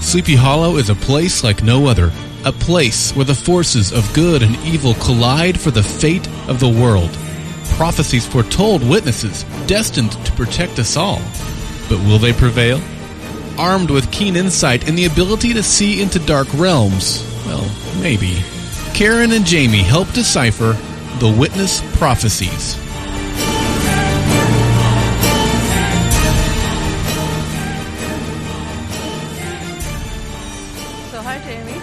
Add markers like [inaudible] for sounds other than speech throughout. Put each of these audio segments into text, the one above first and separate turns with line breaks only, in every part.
Sleepy Hollow is a place like no other, a place where the forces of good and evil collide for the fate of the world. Prophecies foretold witnesses destined to protect us all. But will they prevail? Armed with keen insight and the ability to see into dark realms, well, maybe. Karen and Jamie help decipher the witness prophecies.
So hi, Jamie.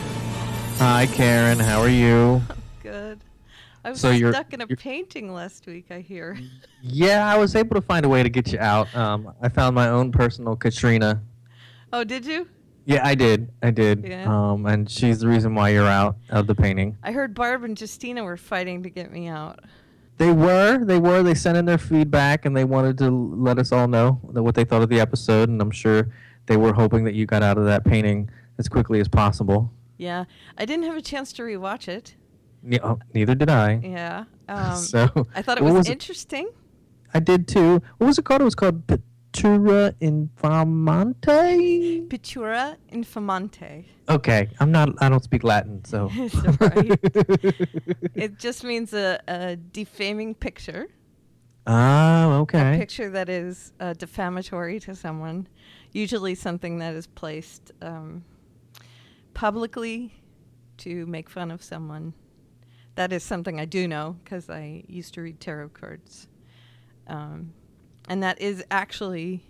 Hi, Karen. How are you?
Good. I was
So you're-
stuck in a
you're-
painting last week. I hear.
Yeah, I was able to find a way to get you out. Um, I found my own personal Katrina.
Oh, did you?
Yeah, I did. I did.
Yeah.
Um, and she's the reason why you're out of the painting.
I heard Barb and Justina were fighting to get me out.
They were. They were. They sent in their feedback and they wanted to let us all know that what they thought of the episode. And I'm sure they were hoping that you got out of that painting as quickly as possible.
Yeah, I didn't have a chance to rewatch it.
Ne- oh, neither did I. [laughs]
Yeah. Um,
so
I thought it
[laughs] what
was,
was it?
interesting.
I did too. What was it called? It was called Pittura Infamante.
Pittura infamante.
Okay, I'm not. I don't speak
[laughs]
Latin, so.
It's alright. It just means a, a defaming picture,
[laughs] oh, okay.
picture that is uh, defamatory to someone, usually something that is placed um, publicly to make fun of someone. That is something I do know because I used to read tarot cards. Um, and that is actually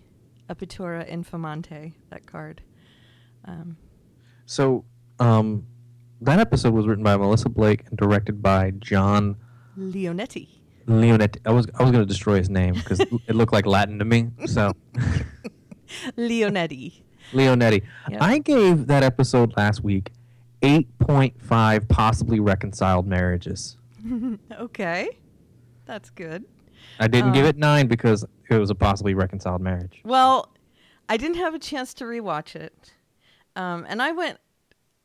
a Pittura Infamante, that card. Um,
So, um, that episode was written by Melissa Blake and directed by John
Leonetti.
Leonetti. I was I was gonna destroy his name
[laughs]
because it looked like Latin to me. So,
Leonetti.
Leonetti.
Yep.
I gave that episode last week 8.5 possibly reconciled marriages.
Okay. That's good.
I didn't give
Oh.
it nine because it was a possibly reconciled marriage.
Well, I didn't have a chance to rewatch it. Um, and I went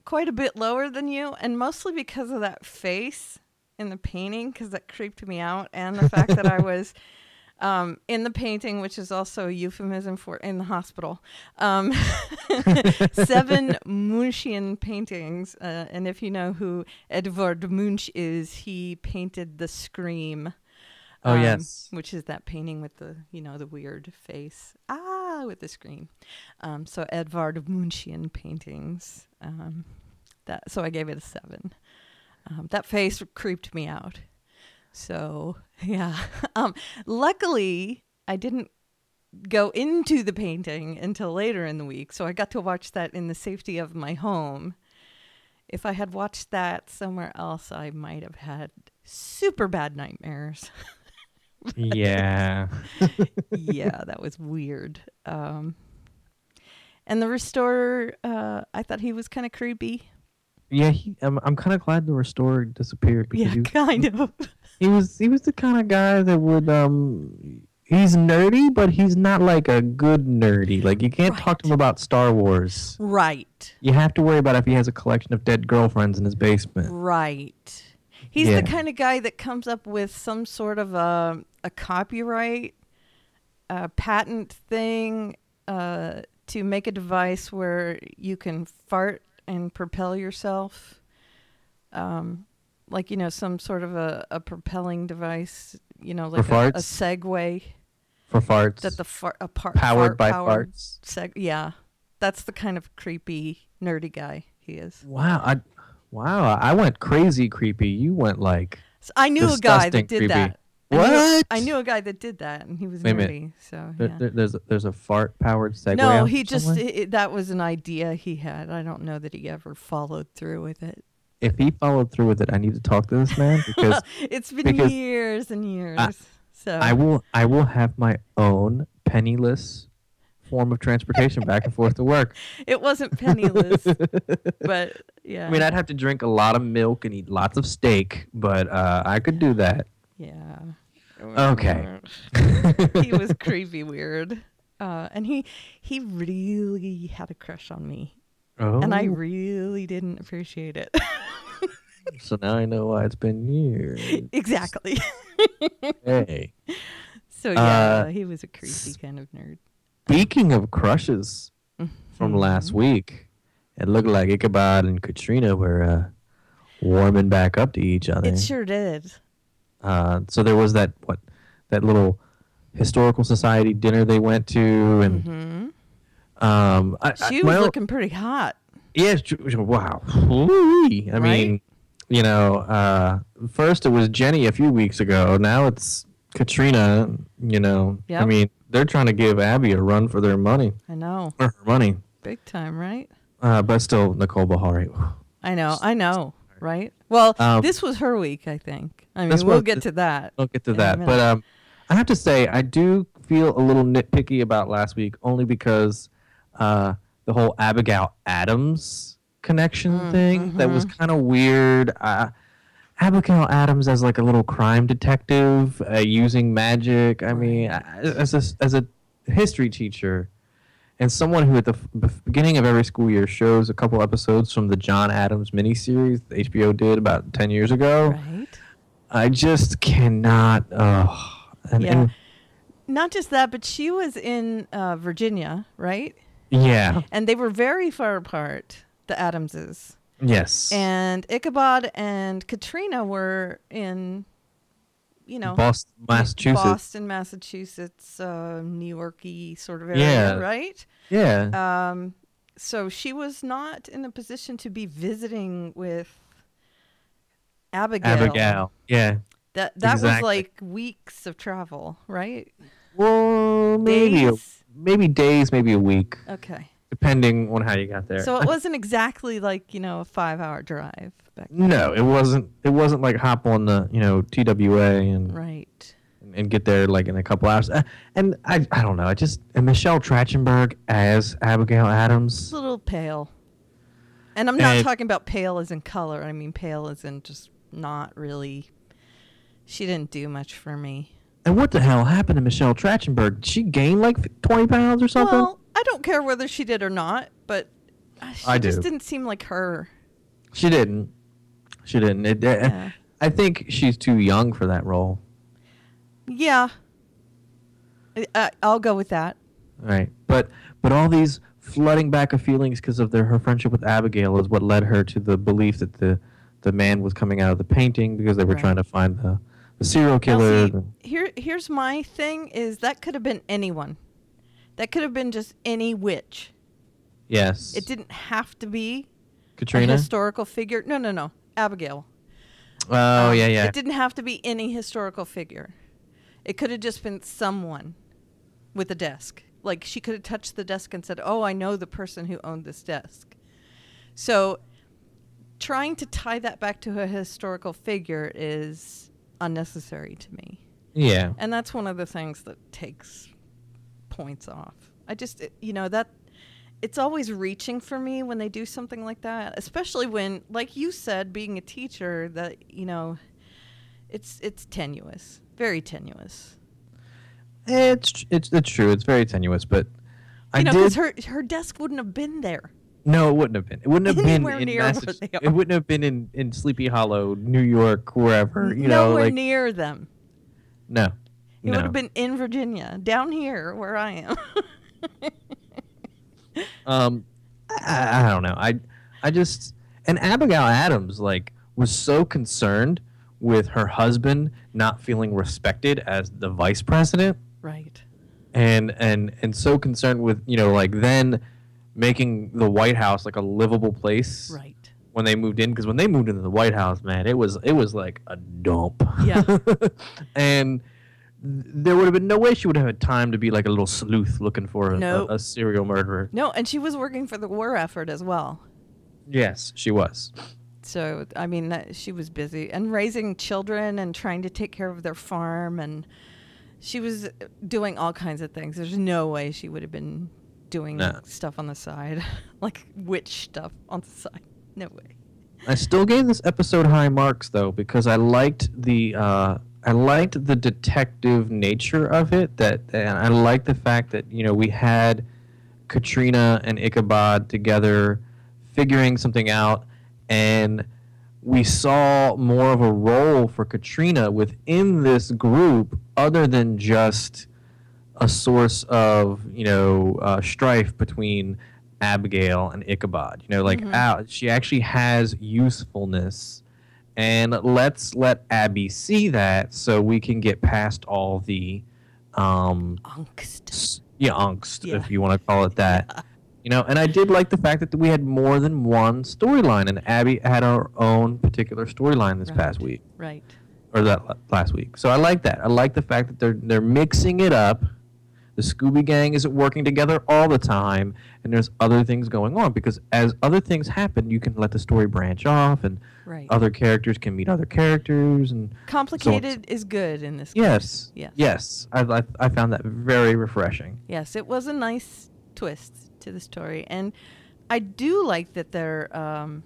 quite a bit lower than you, and mostly because of that face in the painting, because that creeped me out, and the fact that I was um, in the painting, which is also a euphemism for in the hospital. Um, [laughs] seven Munchian paintings. Uh, and if you know who Edvard Munch is, he painted The Scream.
Oh,
um, [laughs]
yes.
which is that painting with the you know the weird face ah with the scream. Um, so Edvard Munchian paintings. Um, that so I gave it a seven. Um, that face creeped me out. So [laughs] yeah, um, luckily I didn't go into the painting until later in the week, so I got to watch that in the safety of my home. If I had watched that somewhere else, I might have had super bad nightmares [laughs]
yeah.
yeah, that was weird. Um, and the restorer, uh, I thought he was kind of creepy.
Yeah, he, I'm, I'm kind of glad the restorer disappeared because
Yeah,
he,
kind of.
he was he was the kind of guy that would um he's nerdy but he's not like a good nerdy. Like you can't talk to him about Star Wars.
right,
You have to worry about if he has a collection of dead girlfriends in his basement.
right. He's
Yeah.
the kind of guy that comes up with some sort of a, a copyright, a patent thing uh, to make a device where you can fart and propel yourself. Um, like, you know, some sort of a, a propelling device, you know, like a, a
farts?
Segway.
for farts.
that the far, a par,
powered
fart-
by
powered
farts.
Seg- yeah, that's the kind of creepy nerdy guy he is.
Wow, I wow, I went crazy creepy. You went like
So I knew a guy that
Disgusting
did
creepy.
that. I knew-
What?
I knew, a guy that did that, and he was
Wait a minute.
nerdy. So
there,
yeah.
there- there's a, there's a fart powered segue.
no,
out
he just
somewhere?
i- i- that was an idea he had. I don't know that he ever followed through with it.
if he followed through with it, I need to talk to
[laughs]
this man because
It's been
because
years and years. so
I will I will have my own penniless form of transportation back and forth to work.
it wasn't
[laughs]
penniless, but yeah,
I mean, I'd have to drink a lot of milk and eat lots of steak, but uh, I could do that.
yeah.
Okay.
[laughs] he
[laughs]
was creepy weird. Uh, and he he really had a crush on me,
Oh,
and I really didn't appreciate it. [laughs]
Oh, so now I know why it's been years.
exactly.
Hey,
So yeah,
Uh,
he was a creepy kind of nerd. Mm-hmm.
speaking of crushes from last week, It looked like Ichabod and Katrina were uh, warming back up to each other.
It sure did.
Uh, so there was that what that little historical society dinner they went to, and um, I, I-
Mm-hmm. She was
my own-
looking pretty hot.
Yes. ju- ju- Wow. Woo-wee. I
Right?
mean, you know, uh, first it was Jenny a few weeks ago. Now it's Katrina. You know, I
Yep.
mean, they're trying to give Abby a run for their money,
I know.
for her money.
Big time, right?
Uh, but still, Nicole Bahari.
I know. I know. Right? Well,
Um,
this was her week, I think. I mean,
that's
we'll
what-
get to that.
We'll get to
in a
that. But
minute.
um, I have to say, I do feel a little nitpicky about last week, only because uh, the whole Abigail Adams connection thing that was kind of weird. Uh, Abigail Adams as like a little crime detective uh, using magic. I mean, I- as a, as a history teacher. And someone who at the f- bef- beginning of every school year shows a couple episodes from the John Adams miniseries that HBO did about 10 years ago.
right?
I just cannot. Uh, and,
Yeah.
and-
Not just that, but she was in uh, Virginia, right?
yeah.
And they were very far apart, the Adamses.
Yes.
And Ichabod and Katrina were in, you know,
Boston, Massachusetts.
Boston, Massachusetts, uh, New Yorky sort of area,
Yeah.
right?
Yeah.
Um, so she was not in a position to be visiting with Abigail.
Abigail. Yeah.
That that was
Exactly.
like weeks of travel, right?
Well, maybe a,
Days?
maybe days, maybe a week,
Okay.
depending on how you got there.
So it wasn't exactly like you know a five-hour drive back. then.
no, it wasn't. It wasn't like hop on the you know TWA and
Right.
and get there like in a couple hours. Uh, and I I don't know. I just and Michelle Trachtenberg as Abigail
It's
Adams.
a little pale. And I'm not
And-
talking about pale as in color. I mean pale as in just not really. She didn't do much for me.
And what the hell happened to Michelle Trachtenberg? Did she gain like twenty pounds or something?
Well, I don't care whether she did or not, but uh, she
I
just
do.
didn't seem like her.
She didn't. She didn't. It, it-
Yeah.
I think she's too young for that role.
Yeah. I- I, I'll go with that.
Right. But but all these flooding back of feelings because of their her friendship with Abigail is what led her to the belief that the the man was coming out of the painting because they were
Right.
trying to find the, the serial
Now,
killer.
see, here, here's my thing: is that could have been anyone. That could have been just any witch.
yes.
It didn't have to be a
Katrina.
historical figure. No, no, no. Abigail.
oh
Um,
yeah yeah.
It didn't have to be any historical figure. It could have just been someone with a desk. Like she could have touched the desk and said, "Oh, I know the person who owned this desk." So trying to tie that back to a historical figure is unnecessary to me.
yeah.
And that's one of the things that takes points off. I just, it- you know, that it's always reaching for me when they do something like that, especially when, like you said, being a teacher, that, you know, it's it's tenuous, very tenuous.
It's tr- it's it's true. It's very tenuous, but
You
I
know,
did.
her her desk wouldn't have been there.
No, it wouldn't have been. It wouldn't have
[laughs]
been
Anywhere
in
near where
Massach-
they
It
are.
wouldn't have been in, in Sleepy Hollow, New York, wherever. You know,
Nowhere
like
near them.
no.
It
no.
would have been in Virginia, down here where I
[laughs]
am.
Um, I, I don't know. I, I just and Abigail Adams like was so concerned with her husband not feeling respected as the vice president,
right.
and and and so concerned with you know like then making the White House like a livable place
Right.
when they moved in because when they moved into the White House, man, it was it was like a dump.
Yeah.
[laughs] and th- there would have been no way she would have had time to be like a little sleuth looking for a,
Nope.
a, a serial murderer.
No, and she was working for the war effort as well.
Yes, she was.
so i mean that she was busy and raising children and trying to take care of their farm and she was doing all kinds of things there's no way she would have been doing
No.
stuff on the side [laughs] like witch stuff on the side no way
I still gave this episode high marks though because I liked the uh, I liked the detective nature of it. That and I liked the fact that you know we had Katrina and Ichabod together figuring something out, and we saw more of a role for Katrina within this group other than just a source of you know uh, strife between Abigail and Ichabod. You know, like
Mm-hmm.
Al, she actually has usefulness, and let's let Abby see that so we can get past all the um,
Angst.
s- yeah, angst,
Yeah.
if you want to call
[laughs]
it that. You know, and I did like the fact that we had more than one storyline, and Abby had her own particular storyline this
Right.
past week
Right.
or that la- last week. So I like that. I like the fact that they're they're mixing it up. The Scooby Gang isn't working together all the time, and there's other things going on because as other things happen, you can let the story branch off, and
Right.
other characters can meet other characters, and
Complicated is good in this.
yes,
Yes.
yes, I I, I found that very refreshing.
Yes, it was a nice twist to the story, and I do like that they're um,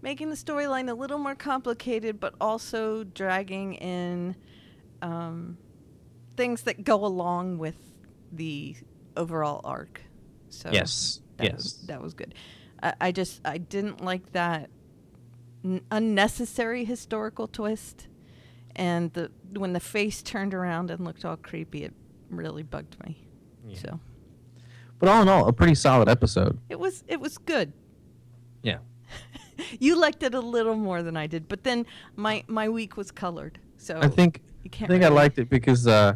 making the storyline a little more complicated, but also dragging in um, things that go along with the overall arc. So
yes,
that
yes.
was, that was good. I, I just I didn't like that n- unnecessary historical twist, and the when the face turned around and looked all creepy, it really bugged me.
Yeah.
So
But all in all, a pretty solid episode.
it was it was good.
Yeah.
You liked it a little more than I did, but then my my week was colored. So
I think
you
I
can't.
think I
really-
liked it because uh,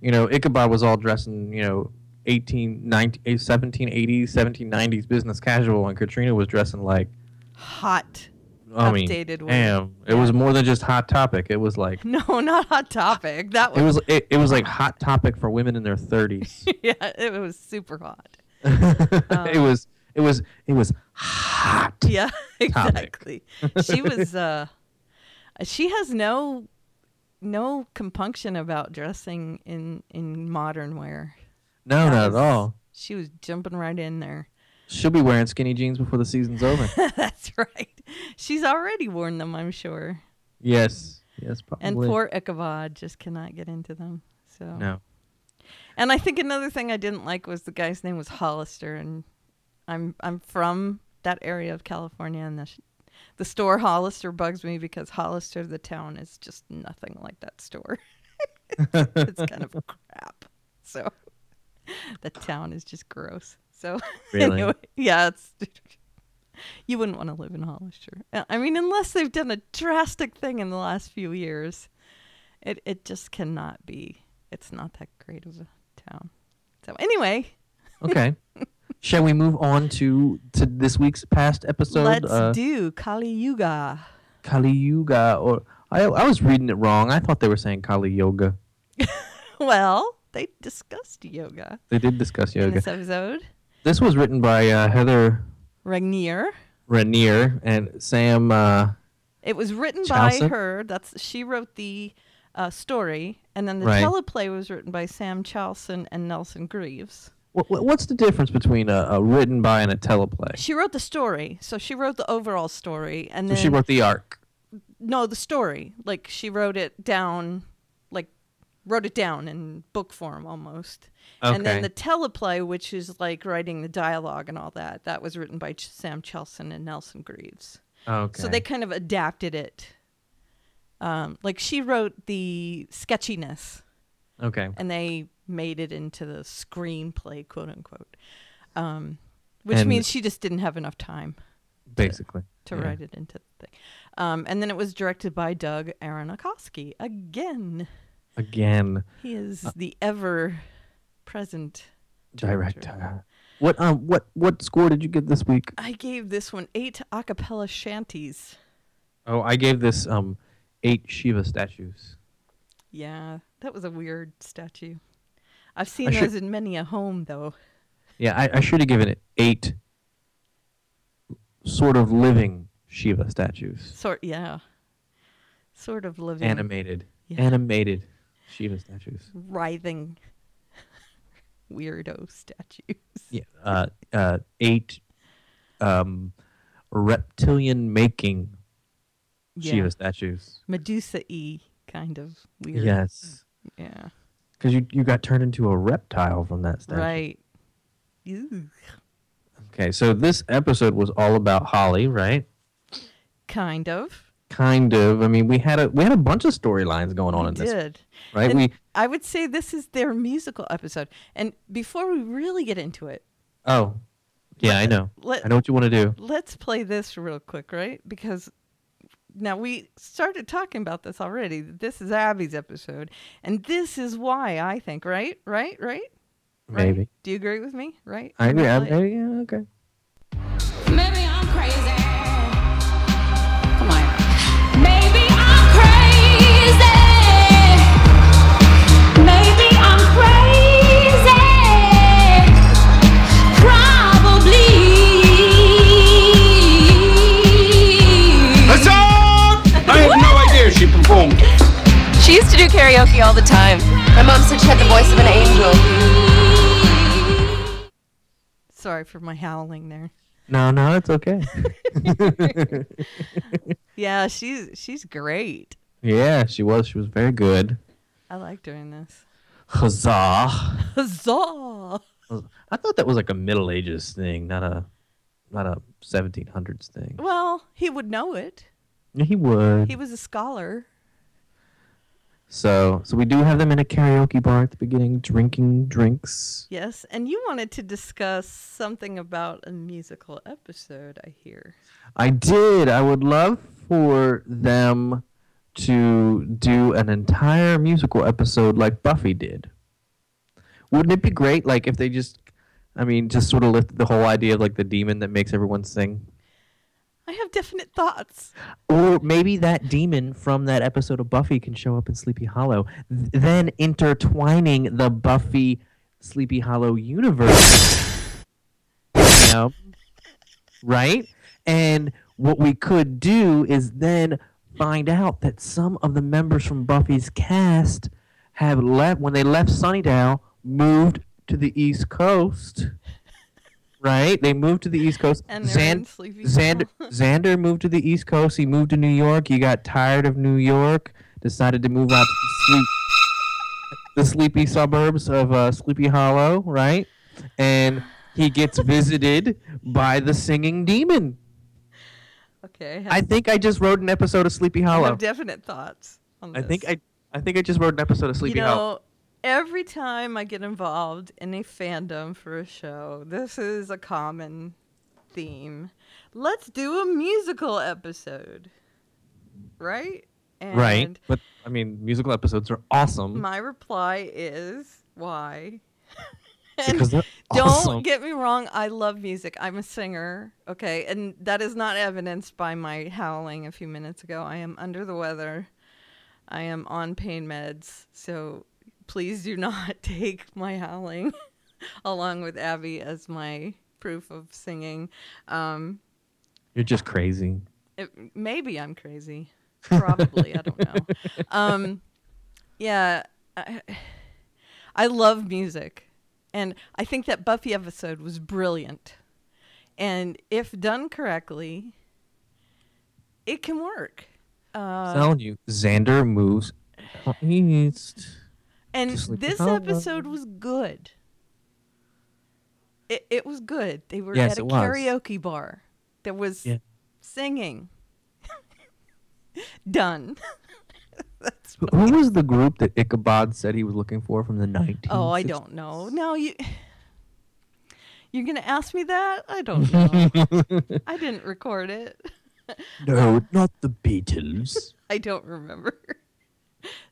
you know Ichabod was all dressed in you know eh, 18, 19, 1780s, 1790s business casual, and Katrina was dressing like
hot. [laughs]
I
Updated
mean,
one.
damn, it was more than just hot topic. It was like
No, not hot
[laughs]
topic. [laughs] That
it
was
was it, it was like hot topic for women in
[laughs]
their 30s.
yeah, it was super hot.
[laughs] it was it was it was hot.
Yeah, [laughs]
topic.
exactly.
[laughs]
she was uh she has no no compunction about dressing in in modern wear.
No,
That
not
was-
at all.
She was jumping right in there.
She'll be wearing skinny jeans before the
[laughs]
season's over.
That's right. She's already worn them, I'm sure.
yes, yes, probably.
And poor Ichabod just cannot get into them. So
no.
And I think another thing I didn't like was the guy's name was Hollister, and I'm I'm from that area of California, and the sh- the store Hollister bugs me because Hollister, the town, is just nothing like that store. [laughs] it's kind of crap. So the town is just gross. So
[laughs] Really?
[laughs] anyway, yeah, it's you wouldn't want to live in Hollister. Uh, I mean, unless they've done a drastic thing in the last few years, it it just cannot be. It's not that great of a town. So anyway,
Okay. Shall we move on to to this week's past episode?
let's
uh,
do Kali Yuga.
Kali Yuga, or I I was reading it wrong. I thought they were saying Kali Yoga.
Well, they discussed yoga
They did discuss
in
yoga.
this episode.
This was written by uh, Heather
Ragnier.
Rainier and Sam. Uh,
It was written by
Chaucer?
her. That's she wrote the uh, story, and then the
Right.
teleplay was written by Sam Chalson and Nelson Greaves.
wh- wh- what's the difference between a, a written by and a teleplay?
She wrote the story, so she wrote the overall story, and
So
then
she wrote the arc.
no, the story. Like she wrote it down, like wrote it down in book form almost. And then
Okay.
the teleplay, which is like writing the dialogue and all that, that was written by Ch- Sam Chelson and Nelson Greaves.
Okay.
So they kind of adapted it. Um, like she wrote the sketchiness
okay.
and they made it into the screenplay, quote unquote. Um, which
And-
means she just didn't have enough time
Basically.
to
Yeah.
write it into the thing. Um, and then it was directed by Doug Aronofsky again.
Again,
He
Uh.
is the ever present
director. What um what what score did you give this week?
I gave this one eight a cappella shanties.
Oh, I gave this um eight Shiva statues.
Yeah, that was a weird statue. I've seen
I should-
those in many a home, though.
Yeah, I, I should have given it eight sort of living Shiva statues.
Sort, yeah, sort of living,
Animated.
Yeah.
Animated Shiva statues.
writhing, [laughs] weirdo statues.
Yeah. Uh, uh, eight um, reptilian making Shiva statues.
Medusa e kind of weird.
Yes.
yeah,
Because you, you got turned into a reptile from that statue.
right. Ew.
Okay, so this episode was all about Holly, right?
Kind of.
Kind of. I mean, we had a we had a bunch of storylines going on
We
in this,
did.
right?
And
we
I would say this is their musical episode. And before we really get into it,
oh Yeah, I know.
Let,
I know what you want to do.
Let's play this real quick, right? Because now we started talking about this already. This is Abby's episode, and this is why I think, right? Right? Right? Right?
Maybe.
Do you agree with me? Right?
I agree.
Like-
I'm- eh, yeah, okay.
Maybe I'm crazy. Come on. Maybe I'm crazy. Maybe I'm crazy. Probably.
Huzzah! I have no idea she performed.
She used to do karaoke all the time. My mom said she had the voice of an angel.
Sorry for my howling there.
No, no, it's okay.
Yeah, she's she's great.
yeah, she was. She was very good.
I like doing this. [laughs]
Huzzah!
Huzzah!
I thought that was like a Middle Ages thing, not a, not a 1700s thing.
Well, he would know it.
He would.
He was a scholar.
So, so we do have them in a karaoke bar at the beginning, drinking drinks.
Yes, and you wanted to discuss something about a musical episode, I hear.
I did. I would love for them to do an entire musical episode like Buffy did. Wouldn't it be great, like if they just, I mean, just sort of lift the whole idea of like the demon that makes everyone sing,
I have definite thoughts.
or maybe that demon from that episode of Buffy can show up in Sleepy Hollow, th- then intertwining the Buffy Sleepy Hollow universe. you know? Right? And what we could do is then find out that some of the members from Buffy's cast have left when they left Sunnydale, moved to the East Coast. Right? They moved to the East Coast.
And they're in
Xan-
Sleepy
Xander,
Hollow.
Xander moved to the East Coast. He moved to New York. He got tired of New York. Decided to move out to the, sleep, the sleepy suburbs of uh, Sleepy Hollow, right? And he
[laughs]
gets visited by the singing demon.
Okay, I have,
I think I just wrote an episode of Sleepy
I have
Hollow.
definite thoughts on
I
this.
think I, I think I just wrote an episode of Sleepy
you know,
Hollow.
every time I get involved in a fandom for a show, this is a common theme. Let's do a musical episode, right? And
Right, but I mean, musical episodes are awesome
My reply is why. [laughs] And
because they're
[laughs] Don't
awesome.
get me wrong. I love music. I'm a singer. Okay. And that is not evidenced by my howling a few minutes ago. I am under the weather. I am on pain meds. So please do [laughs] not take my howling [laughs] along with Abby as my proof of singing. Um,
You're just crazy.
it, maybe I'm crazy. Probably. I don't know. Um, yeah. I, I love music. And I think that Buffy episode was brilliant. And if done correctly, it can work. Um, Uh,
I'm telling you, Xander moves out east.
And
Just like "Oh,
this
Hello.
episode was good. It, it was good. They were
Yes,
at a
it was.
karaoke bar. There was
Yeah.
singing. [laughs] Done. [laughs] That's
Who- Who was the group that Ichabod said he was looking for from the 19th?
[laughs] Oh, I don't know. No, you. You're gonna ask me that? I don't
[laughs]
know. I didn't record it.
[laughs] No, not
[laughs]
the Beatles.
I don't remember.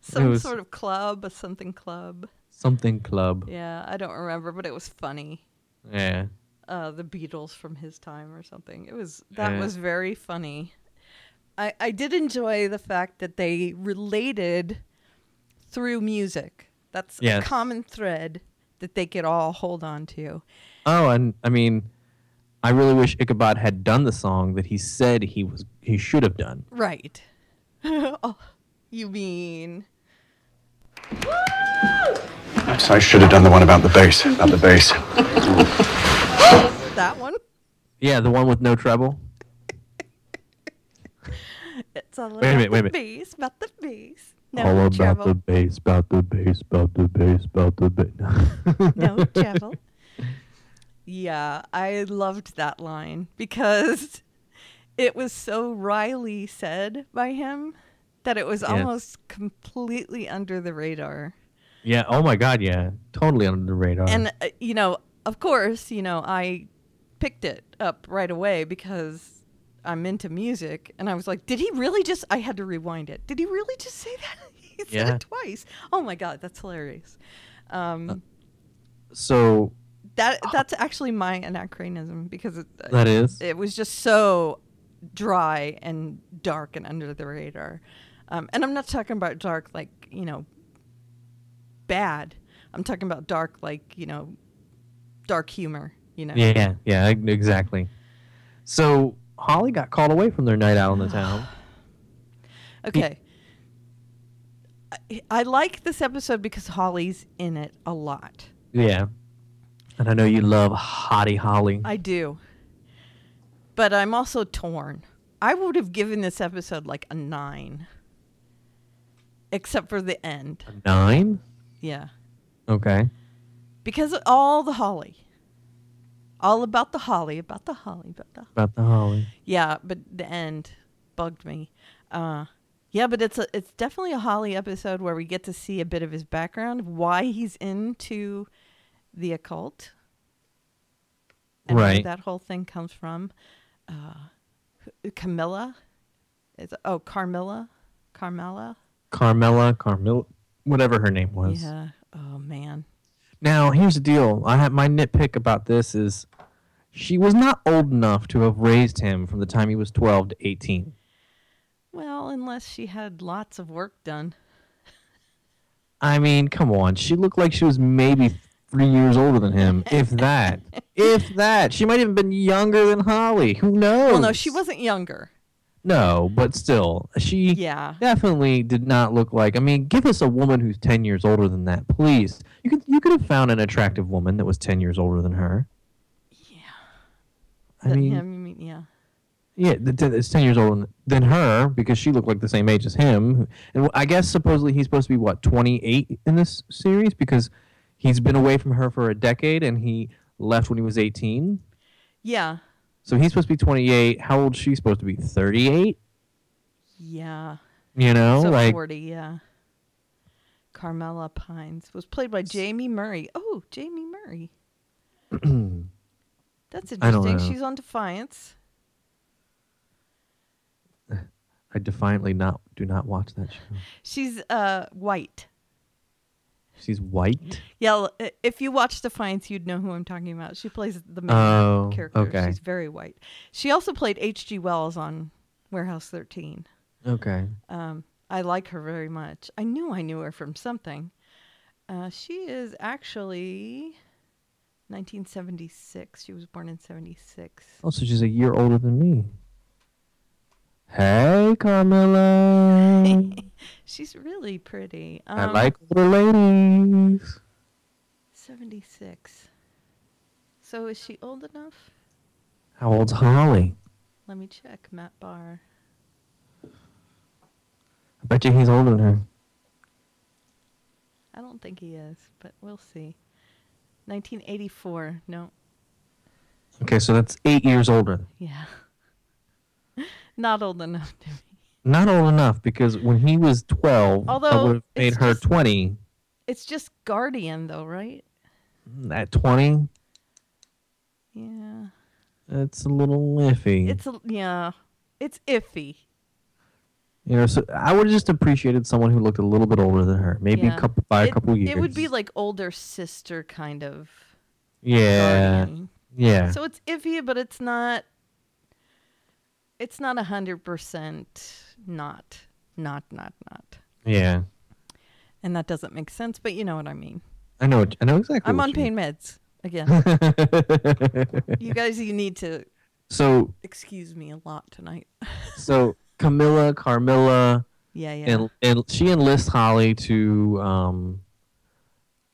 Some
was-
sort of club, a something club.
Something club.
Yeah, I don't remember, but it was funny.
Yeah.
Uh, the Beatles from his time or something. It was that
Yeah.
was very funny. I I did enjoy the fact that they related through music. That's
Yes.
a common thread that they could all hold on to.
Oh, and I mean, I really wish Ichabod had done the song that he said he was he should have done.
Right. [laughs] oh, you mean
I should have done the one about the bass. About the bass.
that one?
Yeah, the one with no treble.
It's all
a
about
minute, wait a
the
minute.
bass, about the bass. No
All about
treble,
the bass, about the bass, about the bass, about the [laughs] bass.
no travel. Yeah, I loved that line because it was so wryly said by him that it was almost completely under the radar.
yeah. Oh my God. Yeah. Totally under the radar.
and uh, you know of course you know i picked it up right away because I'm into music, and I was like, "Did he really just?" I had to rewind it. Did he really just say that? [laughs] he said
Yeah.
it twice. Oh my god, that's hilarious. Um,
So
that that's actually my anachronism because it, uh,
that is.
it was just so dry and dark and under the radar. Um, and I'm not talking about dark like, you know, bad. I'm talking about dark like, you know, dark humor, you know.
Yeah, yeah, e-, exactly. So Holly got called away from their night [sighs] out on the town.
Okay. I, I like this episode because Holly's in it a lot.
Yeah. And I know you love Hottie Holly.
I do. But I'm also torn. I would have given this episode like a 9. Except for the end.
Nine?
Yeah.
Okay.
because of all the holly all about the holly about the holly about the
About the Holly.
yeah but the end bugged me uh yeah but it's a it's definitely a holly episode where we get to see a bit of his background why he's into the occult and where
Right.
that whole thing comes from uh camilla is oh carmilla carmela
Carmela, Carmel, whatever her name was.
yeah oh man
Now, here's the deal. I have my nitpick about this is she was not old enough to have raised him from the time he was 12 to 18.
well unless she had lots of work done
I mean, come on. She looked like she was maybe three years older than him,
[laughs]
if that. if that. She might have been younger than Holly. Who knows?
well no she wasn't younger
No, but still, she
Yeah.
definitely did not look like. I mean, give us a woman who's ten years older than that, please. You could you could have found an attractive woman that was ten years older than her. Yeah. I
Than
mean,
him, you mean, yeah.
yeah, th- th- it's ten years older than- than her because she looked like the same age as him. And I guess supposedly he's supposed to be what twenty eight in this series because he's been away from her for a decade and he left when he was eighteen.
Yeah.
So he's supposed to be twenty eight. How old is she supposed to be? Thirty eight.
Yeah.
You know,
so
like
40, yeah. Carmela Pines was played by Jamie Murray. Oh, Jamie
[clears throat]
Murray. That's
I don't
interesting.
know.
She's on Defiance.
I defiantly not do not watch that show.
She's uh white.
She's white.
Yeah, l- i- if you watch Defiance, you'd know who I'm talking about. She plays the main
Oh,
character.
okay.
She's very white. She also played H.G. Wells on Warehouse 13.
Okay.
Um, I like her very much. I knew I knew her from something. Uh, she is actually 1976. She was born in 76.
Also, Oh, she's a year older than me. Hey,
[laughs]
Carmela.
She's really pretty. Um,
I like older ladies.
76. So is she old enough?
How old's Holly?
Let me check. Matt Barr.
I bet you he's older than her.
I don't think he is, but we'll see. 1984. No.
Okay, so that's eight years older.
Yeah. [laughs] Not old enough to be.
Not old enough because when he was twelve, I
Although,
would have made
it's
her
just-
twenty.
It's just Guardian, though, right?
At twenty,
Yeah.
it's a little iffy.
It's a, yeah, it's iffy.
you know, so I would have just appreciated someone who looked a little bit older than her, maybe
Yeah.
a couple by
it,
a couple years.
It would be like older sister kind of.
yeah,
guardian.
yeah.
So it's iffy, but it's not. It's not a hundred percent not not not not,
Yeah,
and that doesn't make sense. But you know what I mean.
I know. What, I know exactly.
I'm
what
on
you mean.
pain meds
[laughs]
again. you guys, you need to
So,
excuse me a lot tonight. [laughs]
so Camilla, Carmilla,
Yeah, yeah.
and, and she enlists Holly to um,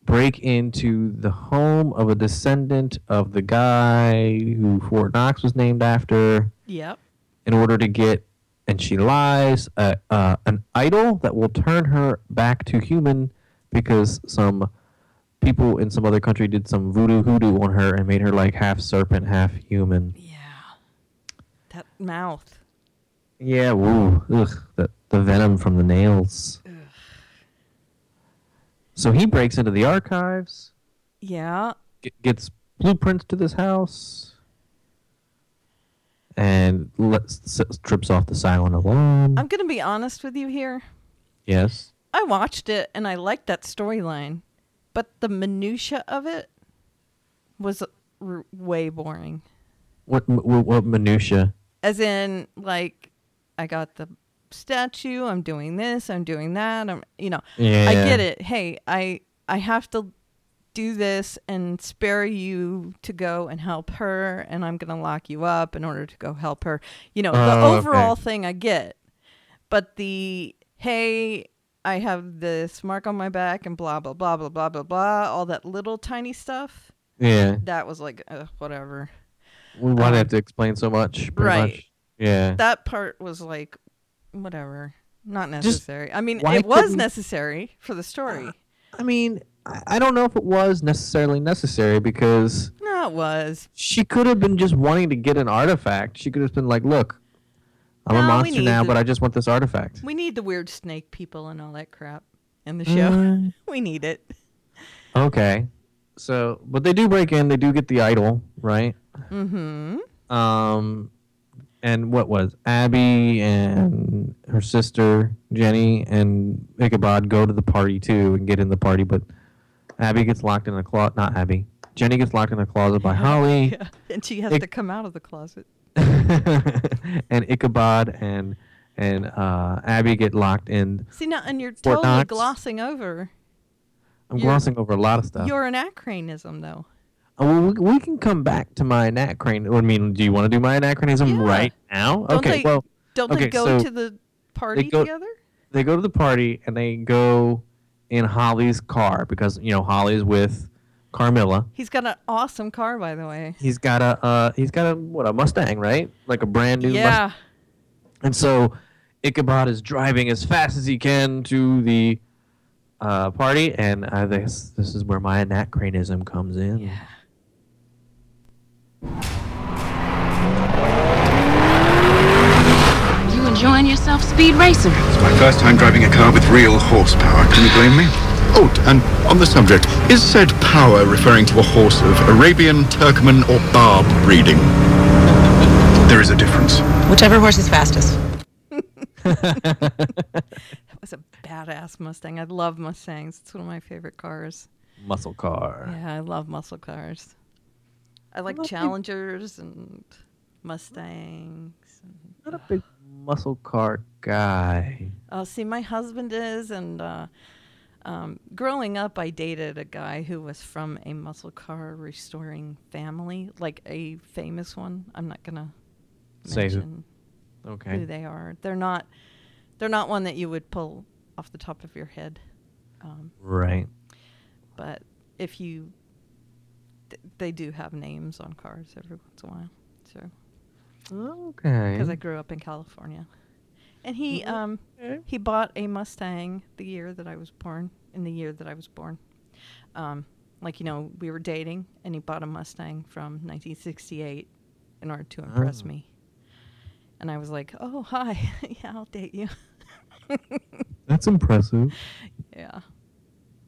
break into the home of a descendant of the guy who Fort Knox was named after
yep.
in order to get. And she lies uh, uh, an idol that will turn her back to human because some people in some other country did some voodoo hoodoo on her and made her like half serpent, half human.
Yeah. That mouth.
Yeah, woo. Ugh, the, the venom from the nails. So he breaks into the archives,
Yeah.
g- gets blueprints to this house. and lets, s- trips off the silent alarm.
I'm going to be honest with you here.
yes.
I watched it and I liked that storyline, but the minutia of it was r- way boring.
What, what, what minutia?
As in, like, I got the statue. I'm doing this. I'm doing that. I'm, you know, I
Yeah.
get it. Hey, I I have to do this and spare you to go and help her, and I'm gonna lock you up in order to go help her. You know, the
Oh, okay.
overall thing I get, but the hey. I have this mark on my back and blah blah blah blah blah blah blah. All that little tiny stuff
Yeah.
that was like uh, whatever.
We want to have to explain so much. pretty
right.
much. Yeah.
that part was like whatever not necessary i mean
why
it was
couldn't-
necessary for the story
I mean, I, I don't know if it was necessarily necessary because
no it was
she could have been just wanting to get an artifact. She could have been like, look, I'm
No,
a
we
monster
need
now,
to-
but I just want this artifact.
we need the weird snake people and all that crap in the show
Mm.
[laughs] we need it
Okay. So, but they do break in. They do get the idol, right? Mm-hmm. Um, and what was Abby and her sister Jenny and Ichabod go to the party too and get in the party, but Abby gets locked in the closet. Not Abby. Jenny gets locked in the
[laughs]
closet by Holly,
yeah and she has
It-
to come out of the closet
[laughs] and Ichabod and and uh, Abby get locked in.
see now and you're
Fort
totally
Knox.
glossing over
I'm
You're-
glossing over a lot of stuff.
your anachronism though
Oh, well, we, we can come back to my anachronism. I mean, do you want to do my anachronism
Yeah.
right now?
don't
okay,
they
well,
don't
okay,
they go
so
to the party
go-
together
they go to the party and they go in Holly's car because, you know, Holly's with Carmilla.
he's got an awesome car by the way
He's got a uh, he's got a what a Mustang, right? Like a brand new Mustang.
yeah
And so Ichabod is driving as fast as he can to the uh, party, and I guess this is where my anachronism comes in. Yeah.
You enjoying yourself, Speed Racer?
It's my first time driving a car with real horsepower. Can you blame me? Oh, and on the subject, is said power referring to a horse of Arabian, Turkmen, or Barb breeding? There is a difference.
Whichever horse is fastest.
that was a badass mustang i love mustangs it's one of my favorite cars
[laughs] Muscle car.
Yeah, I love muscle cars. I like Challengers and Mustangs.
Not a big muscle car guy.
Oh, see, my husband is, and uh, um, growing up, I dated a guy who was from a muscle car restoring family, like a famous one. I'm not gonna
Say who-
mention who
Okay.
they are. They're not. They're not one that you would pull off the top of your head. um,
Right.
but if you th- they do have names on cars every once in a while so
Okay.
because i grew up in california and he um he bought a mustang the year that i was born in the year that i was born um like you know we were dating and he bought a mustang from 1968 in order to impress me and i was like oh hi [laughs] yeah i'll date you
That's impressive.
yeah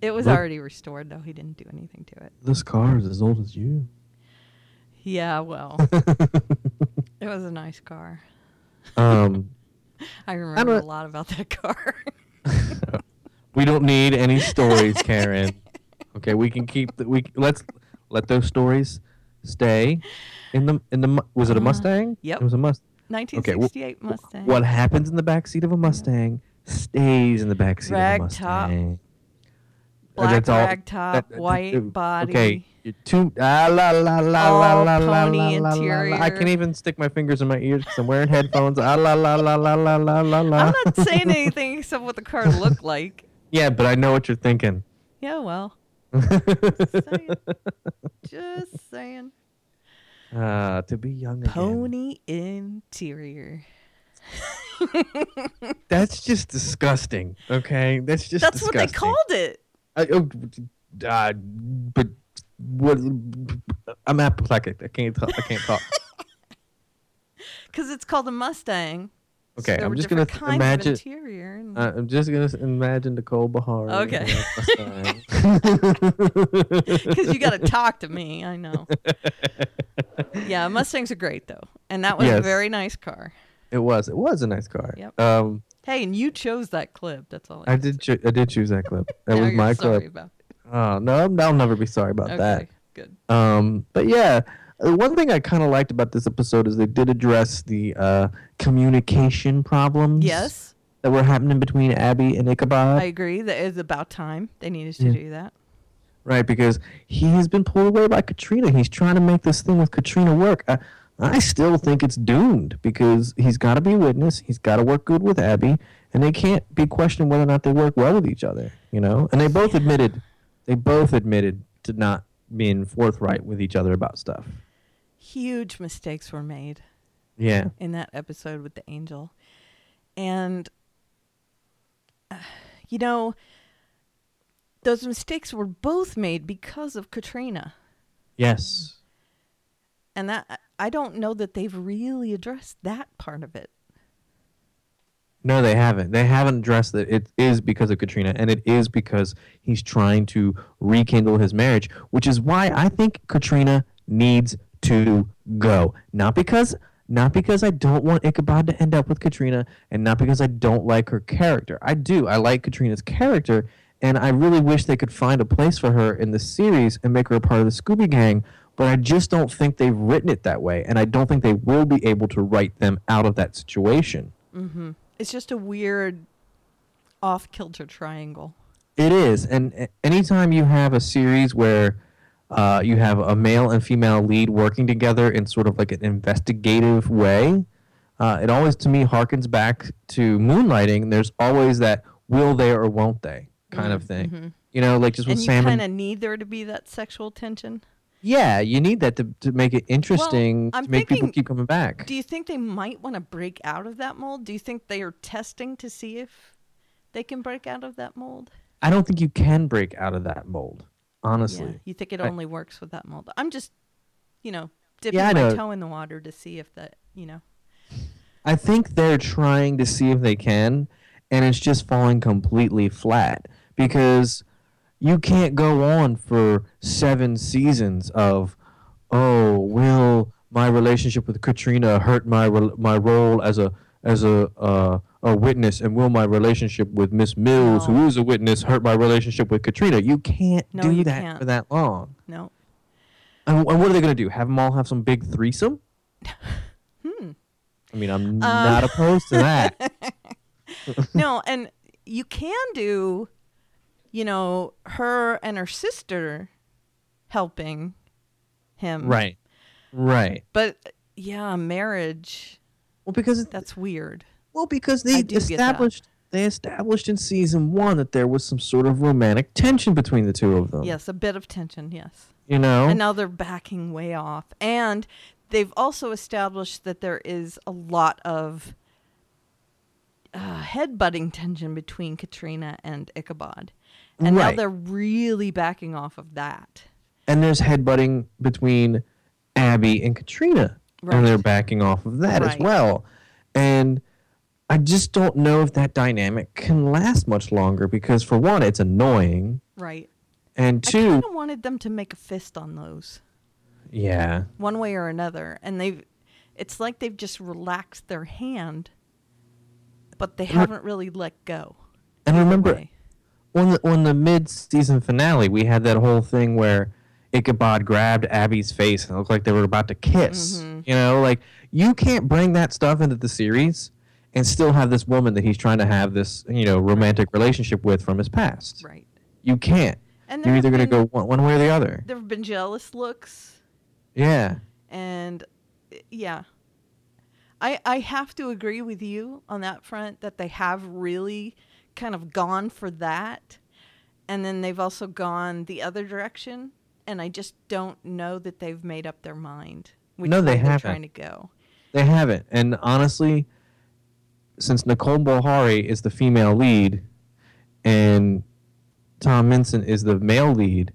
it was
Look-
already restored though he didn't do anything to it
This car is as old as you.
Yeah,
[laughs]
well, Oh. it was a nice car.
Um,
I remember a
don't-
lot about that car. [laughs]
[laughs] we don't need any stories, Karen. Okay, we can keep the, we let's let those stories stay in the in the mu- was it a Mustang?
Uh-huh. yep.
It was a Mustang.
1968 Mustang.
What happens in the backseat of a Mustang stays in the backseat
Rag
of a
top,
Mustang. Uh,
Black
that's all-
rag top,
that- that-
white
uh,
body.
Okay, you're too ah, la la la la
All
la la
pony
la la la. I
interior.
can't even stick my fingers in my ears because I'm wearing headphones. Ah la la la la la la la la.
I'm
[laughs]
not saying anything except what the car looked like.
Yeah, but I know what you're thinking.
Yeah, well, saying.
[laughs]
just saying.
uh, to be young again.
Pony interior.
That's just disgusting. Okay, that's just
That's
disgusting.
what they called it.
I, oh, uh, but what? I'm apoplectic. I can't. Talk, I can't
[laughs]
talk.
Because it's called a Mustang. so
Okay,
there
I'm
were
just gonna
different
th-
kinds of
imagine.
interior. and-
Uh, [laughs] I'm just gonna s- imagine Nicole Bahar. in
Okay. [laughs]
a Mustang. [laughs]
because you got to talk to me. I know. yeah, Mustangs are great though. And that was a
Yes.
very nice car.
[laughs] It was. It was a nice car.
Yep.
Um,
Hey, and you chose that clip. That's all.
I did. Cho- I did choose that clip. That
Now
was
you're
my
sorry
clip.
About it.
Oh no, I'm- I'll never be sorry about
Okay,
that. [laughs]
good.
Um, but yeah, uh, one thing I kind of liked about this episode is they did address the uh, communication problems.
Yes,
That were happening between Abby and Ichabod.
I agree. That is about time they needed to do that.
Right, because he has been pulled away by Katrina. He's trying to make this thing with Katrina work. I, I still think it's doomed because he's got to be a witness. He's got to work good with Abby, and they can't be questioned whether or not they work well with each other. You know, and they both admitted, they both admitted to not being forthright with each other about stuff.
Huge mistakes were made
Yeah,
in that episode with the angel, and uh, you know those mistakes were both made because of Katrina,
yes,
and that I don't know that they've really addressed that part of it.
No, they haven't. They haven't addressed that it is because of Katrina, and it is because he's trying to rekindle his marriage, which is why I think Katrina needs to go. Not because not because I don't want Ichabod to end up with Katrina, and not because I don't like her character. I do. I like Katrina's character, and I really wish they could find a place for her in the series and make her a part of the Scooby Gang. But I just don't think they've written it that way, and I don't think they will be able to write them out of that situation.
It's just a weird off kilter triangle.
It is, and a- anytime you have a series where uh, you have a male and female lead working together in sort of like an investigative way, uh, it always to me harkens back to Moonlighting. and There's always that will they or won't they kind of thing. You know, like just with
Mm-hmm. and you
Sam.
kind
and-
of need there to be that sexual tension.
yeah, you need that to, to make it interesting.
I'm
to make
thinking-
people keep coming back.
Do you think they might want to break out of that mold? Do you think they are testing to see if they can break out of that mold?
I don't think you can break out of that mold, honestly.
Yeah. You think it
I-
only works with that mold? I'm just, you know, dipping my
I know.
toe in the water to see if that, you know.
I think they're trying to see if they can, and it's just falling completely flat because you can't go on for seven seasons of, oh, will my relationship with Katrina hurt my rel- my role as a as a uh, a witness, and will my relationship with Miss Mills,
No.
who is a witness, hurt my relationship with Katrina? You can't
No,
do
you
that
can't.
for that long.
No. [laughs]
And, and what are they gonna do? Have them all have some big threesome?
[laughs] Hmm.
I mean, I'm
Um,
not opposed to that.
[laughs] no, and you can do, you know, her and her sister helping him.
Right. Right.
But yeah, marriage,
Well, because it-
that's weird.
well, because
I
they
do get that.
established they established in season one that there was some sort of romantic tension between the two of them.
Yes, a bit of tension, yes.
You know.
And now they're backing way off. And they've also established that there is a lot of uh, headbutting tension between Katrina and Ichabod. And now
Right.
they're really backing off of that.
and there's headbutting between Abby and Katrina,
Right.
and they're backing off of that as
Right.
well. And I just don't know if that dynamic can last much longer because, for one, it's annoying,
Right.
and
I
two,
kind of wanted them to make a fist on those
yeah,
one way or another. And they've, it's like they've just relaxed their hand, but they haven't really let go.
and remember.
Way.
on the on the mid season finale, we had that whole thing where Ichabod grabbed Abby's face and it looked like they were about to kiss.
Mm-hmm.
You know, like you can't bring that stuff into the series and still have this woman that he's trying to have this you know romantic relationship with from his past.
Right.
You can't.
And
You're
there have
either going to
been-
go one, one way or the other.
There have been jealous looks.
Yeah.
and uh, yeah i i have to agree with you on that front that they have really kind of gone for that and then they've also gone the other direction and i just don't know that they've made up their mind which
No,
way
they
they're
haven't.
trying to go
They haven't. And honestly, since Nicole Bohari is the female lead and Tom Minson is the male lead,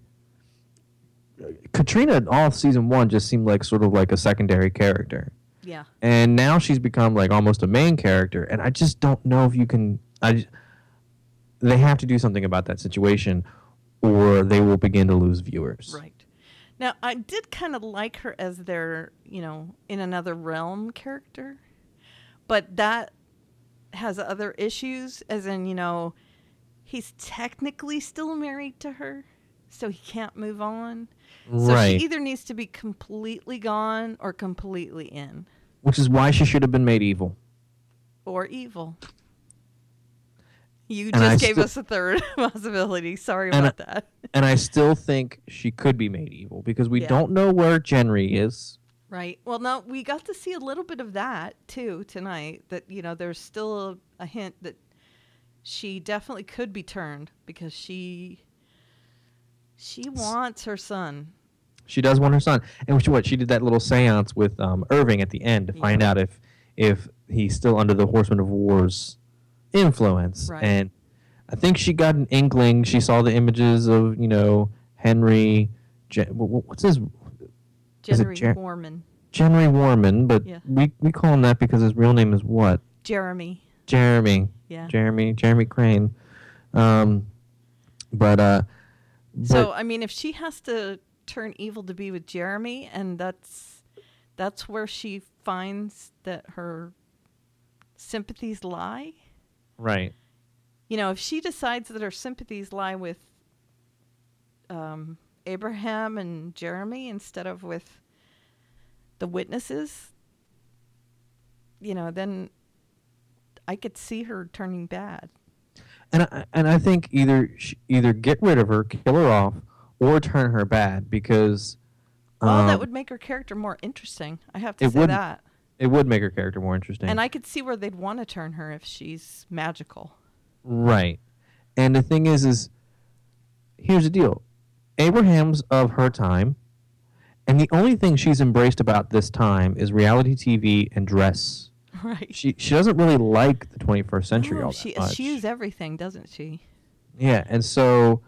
Katrina in all of season one just seemed like sort of like a secondary character.
yeah
And now she's become like almost a main character. And I just don't know if you can. I j- they have to do something about that situation or they will begin to lose viewers.
right Now, I did kind of like her as their, you know, in another realm character, but that has other issues, as in, you know, he's technically still married to her, so he can't move on. So
Right.
she either needs to be completely gone or completely in
Which is why she should have been made evil.
or evil. You
And I
just gave
still-
us a third [laughs] possibility. Sorry
And
about that.
And I still think she could be made evil because we
Yeah.
don't know where Jenry is.
Right. Well, now we got to see a little bit of that too tonight. That you know, there's still a, a hint that she definitely could be turned because she she wants her son.
She does want her son, and she, what she did that little séance with um, Irving at the end to find out if if he's still under the Horseman of War's influence.
Right.
And I think she got an inkling. She saw the images of you know Henry. Gen- wh- wh- what's his Is it
Jenry
Jer-
Mormon,
Henry Warman? But
Yeah.
we we call him that because his real name is what
Jeremy.
Jeremy.
Yeah.
Jeremy Jeremy Crane. Um, but uh,
so
but-
I mean, if she has to turn evil to be with Jeremy, and that's that's where she finds that her sympathies lie.
right.
you know, if she decides that her sympathies lie with um, Abraham and Jeremy instead of with the witnesses, you know, then I could see her turning bad.
and I, and I think either sh- either get rid of her, kill her off, or turn her bad because
Well, that
um,
would make her character more interesting. I have to
it
say
wouldn't.
that.
it would make her character more interesting.
And I could see where they'd want to turn her if she's magical. [laughs]
right, and the thing is, is here's the deal: Abraham's of her time, and the only thing she's embraced about this time is reality TV and dress.
Right.
She she doesn't really like the 21st century all
Oh,
that
she
much.
eschews everything, doesn't she?
yeah, and so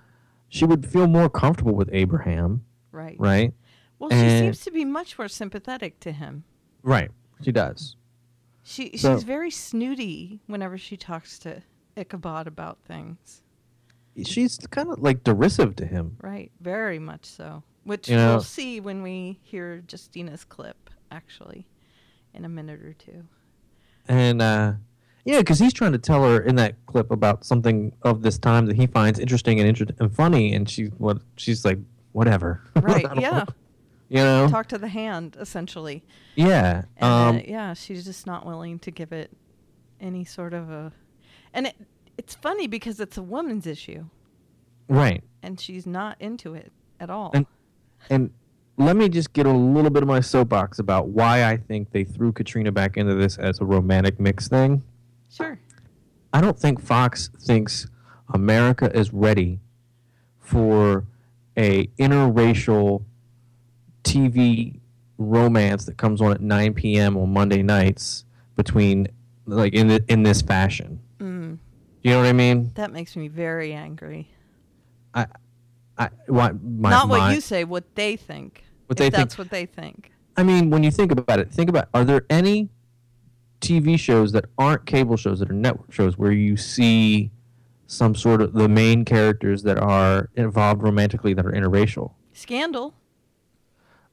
she would feel more comfortable with Abraham,
Right.
right?
Well, she
And-
seems to be much more sympathetic to him.
Right, she does.
She
So-
she's very snooty whenever she talks to Ichabod about things.
she's kind of like derisive to him.
Right, very much so. Which
You know-
we'll see when we hear Justina's clip, actually, in a minute or
[laughs]
two.
And uh, yeah, because he's trying to tell her in that clip about something of this time that he finds interesting and inter- and funny, and she what she's like whatever.
Right,
[laughs] I don't
yeah.
You know.
Talk to the hand, essentially.
yeah.
And
Um,
uh, yeah, she's just not willing to give it any sort of a. And it, it's funny because it's a woman's issue,
right.
and she's not into it at all.
And- And let me just get a little bit of my soapbox about why I think they threw Katrina back into this as a romantic mix thing.
sure.
I don't think Fox thinks America is ready for a interracial TV romance that comes on at 9 p.m. on Monday nights between like in the, in this fashion.
Mm.
You know what I mean?
That makes me very angry.
I why, my,
not what
my-
you say, what they think.
What
if
they think.
that's what they think.
I mean, when you think about it, think about are there any TV shows that aren't cable shows that are network shows where you see some sort of the main characters that are involved romantically that are interracial?
Scandal.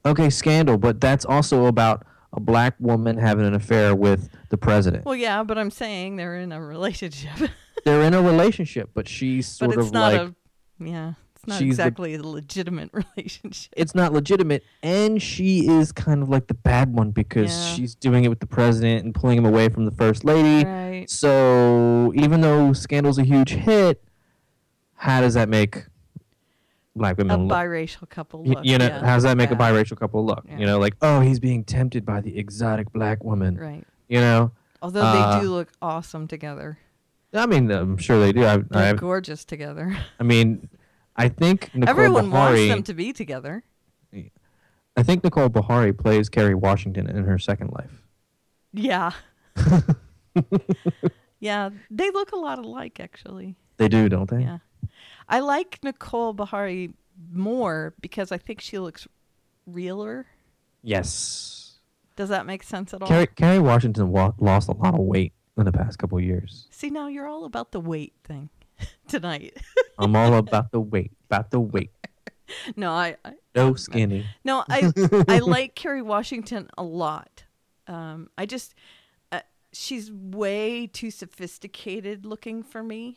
Okay, scandal, but that's also about a black woman having an affair with the president.
Well, yeah, but I'm saying they're in a relationship, [laughs]
They're in a relationship, but she's
but
sort
it's
of
not
like
a yeah, it's not
She's the-
exactly a legitimate [laughs] relationship.
it's not legitimate, and she is kind of like the bad one because
Yeah.
she's doing it with the president and pulling him away from the first lady.
Right.
So even though scandal's a huge hit, how does that make
A
black women look?
biracial couple.
Y-
Look,
you know,
yeah,
how does that make a
bad.
biracial couple look?
Yeah.
You know, like oh, he's being tempted by the exotic black woman.
Right.
You know,
Although
Uh,
they do look awesome together.
I mean, I'm sure they do. I,
They're
I,
gorgeous together. [laughs]
I mean, I think Nicole
Everyone
Bahari.
wants them to be together.
I think Nicole Bahari plays Carrie Washington in her second life. [laughs]
Yeah. yeah, they look a lot alike actually.
They do, don't they?
Yeah. I like Nicole Bahari more because I think she looks realer.
Yes.
Does that make sense at all?
Carrie, Carrie Washington wa- lost a lot of weight in the past couple years.
See, now you're all about the weight thing [laughs] tonight. [laughs]
I'm all about the weight, about the weight.
no, I, I
No skinny.
No, I I like Kerry Washington a lot. Um, I just uh, she's way too sophisticated looking for me.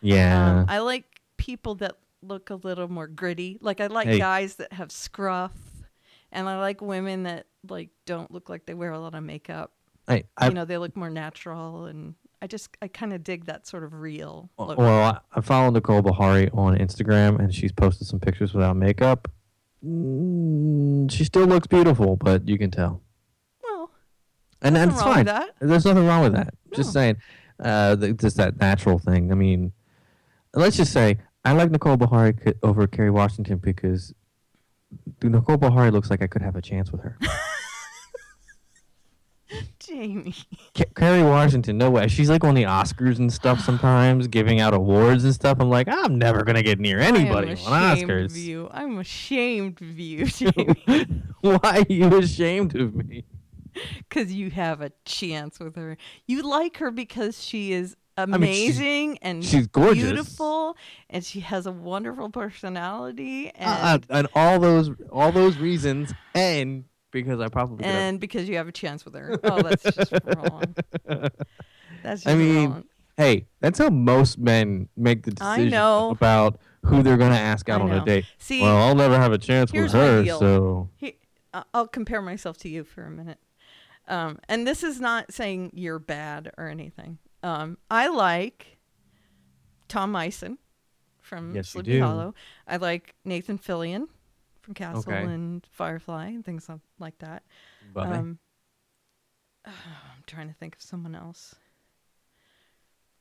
Yeah.
Um, I like people that look a little more gritty. Like I like
Hey.
guys that have scruff, and I like women that like don't look like they wear a lot of makeup.
I, I,
you know, they look more natural, and I just I kind of dig that sort of real look.
well, I, I follow Nicole Bahari on Instagram, and she's posted some pictures without makeup. Mm, she still looks beautiful, but you can tell.
Well,
and
Nothing
that's
wrong with
fine.
that.
There's nothing wrong with that. Just
No.
saying, uh, th- just that natural thing. I mean, let's just say I like Nicole Bahari c- over Kerry Washington because Nicole Bahari looks like I could have a chance with her.
Jamie.
K- Kerry Washington, no way. She's like on the Oscars and
[sighs]
stuff sometimes, giving out awards and stuff. I'm like, I'm never gonna get near anybody on
I am ashamed
Oscars.
of you. I'm ashamed of you, Jamie,
[laughs] Why are you ashamed of me?
because you have a chance with her. You like her because she is
she's-
amazing and
she's gorgeous.
beautiful, and she has a wonderful personality, and
Uh, uh, and all those, all those reasons, and because I probably could have
and because you have a chance with her. Oh, that's just
[laughs]
wrong. That's just
I mean,
wrong.
hey, that's how most men make the
I
decision
know.
about who they're going to ask out
I
on a
know.
date.
See,
well, I'll never have a chance with
here's my
her,
deal.
so
He, I- I'll compare myself to you for a minute. Um, and this is not saying you're bad or anything. Um, I like Tom Mison from
Yes, you
Sleepy
do.
Hollow. I like Nathan Fillion from Castle
Okay.
and Firefly and things like- like that.
Bye.
Um, [sighs] I'm trying to think of someone else.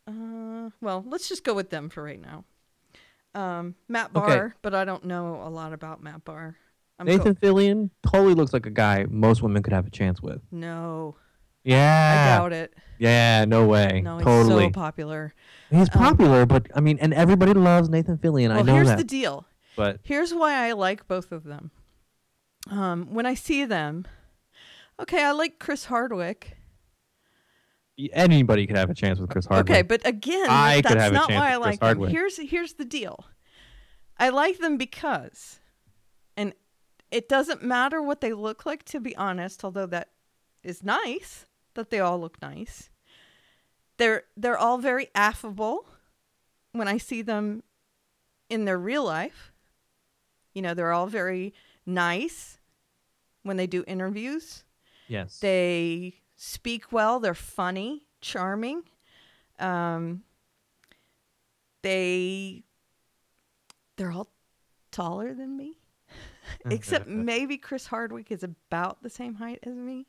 Uh, well, let's just go with them for right now. Um, Matt
Okay.
Barr, but I don't know a lot about Matt Barr. I'm go-
Nathan Fillion totally looks like a guy most women could have a chance with.
No, I
Yeah.
doubt it.
Yeah, no way.
No, he's
Ah. totally.
so popular.
he's popular, but I mean, and everybody loves Nathan Fillion. I
Well,
know
here's
that.
the deal.
but
Here's why I like both of them. Um, when I see them, okay, I like Chris Hardwick.
anybody could have a chance with Chris Hardwick.
Okay, but again,
I could
that's
have a
not
chance
why I
with Chris
like them.
Hardwick.
Here's here's the deal. I like them because, and it doesn't matter what they look like. To be honest, although that is nice that they all look nice. They're they're all very affable when I see them in their real life. You know, they're all very nice when they do interviews.
yes.
They speak well. They're funny, charming. Um, they they're all taller than me, [laughs] except maybe Chris Hardwick is about the same height as me,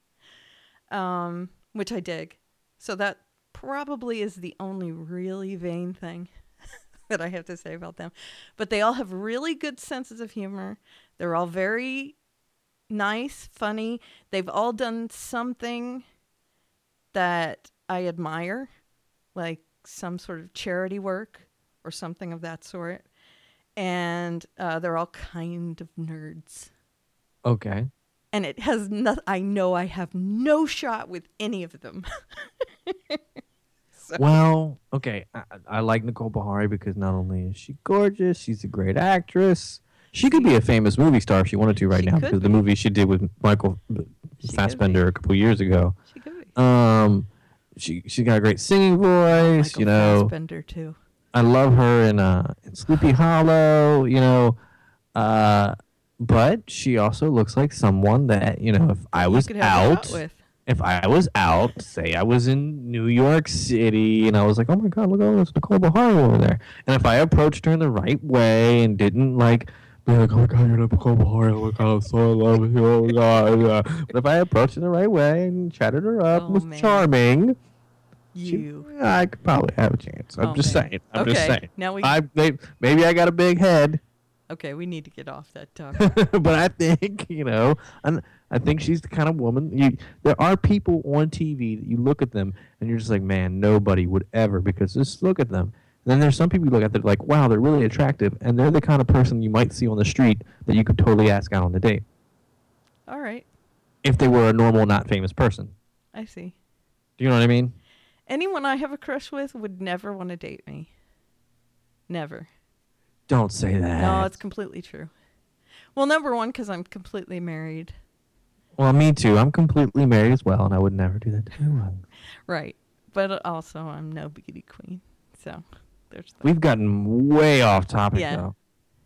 um, which I dig. So that probably is the only really vain thing [laughs] that I have to say about them. But they all have really good senses of humor. They're all very nice, funny. They've all done something that I admire, like some sort of charity work or something of that sort. And uh, they're all kind of nerds.
okay.
And it has no, I know I have no shot with any of them. [laughs]
Well, okay. I, I- I like Nicole Bahari because not only is she gorgeous, she's a great actress. She could be a famous movie star if she wanted to right
She
now
could
because the movie she did with Michael
be.
Fassbender a couple years ago.
she could be.
Um, she she got a great singing voice.
Michael
you know,
Fassbender too.
I love her in uh in Sleepy Hollow. You know, uh, but she also looks like someone that you know if I was
could have it
out
with.
if I was out, say I was in New York City, and I was like, "Oh my God, look at this Nicole Bahari over there," and if I approached her in the right way and didn't like be like, "Oh my God, you're not Nicole Bahari," oh my God, I'm so in love with you, oh my God, yeah. but if I approached her the right way and chatted her up,
Oh,
was
man.
charming, she-
You.
I could probably have a chance. I'm
Oh,
just
man.
saying. I'm just
Okay,
saying.
now we-
I may- maybe I got a big head, [laughs]
Okay, we need to get off that topic.
but I think [laughs] you know, and I think she's the kind of woman. You, there are people on TV that you look at them and you're just like, man, nobody would ever because just look at them. And then there's some people you look at that are like, wow, they're really attractive, and they're the kind of person you might see on the street that you could totally ask out on the date
all right,
if they were a normal, not famous person.
I see.
Do you know what I mean?
Anyone I have a crush with would never want to date me. Never.
Don't say that.
No, it's completely true. Well, number one, because I'm completely married.
Well, me too. I'm completely married as well, and I would never do that to anyone.
Right. But also, I'm no beauty queen. So there's that.
We've gotten way off topic
Yeah.
though.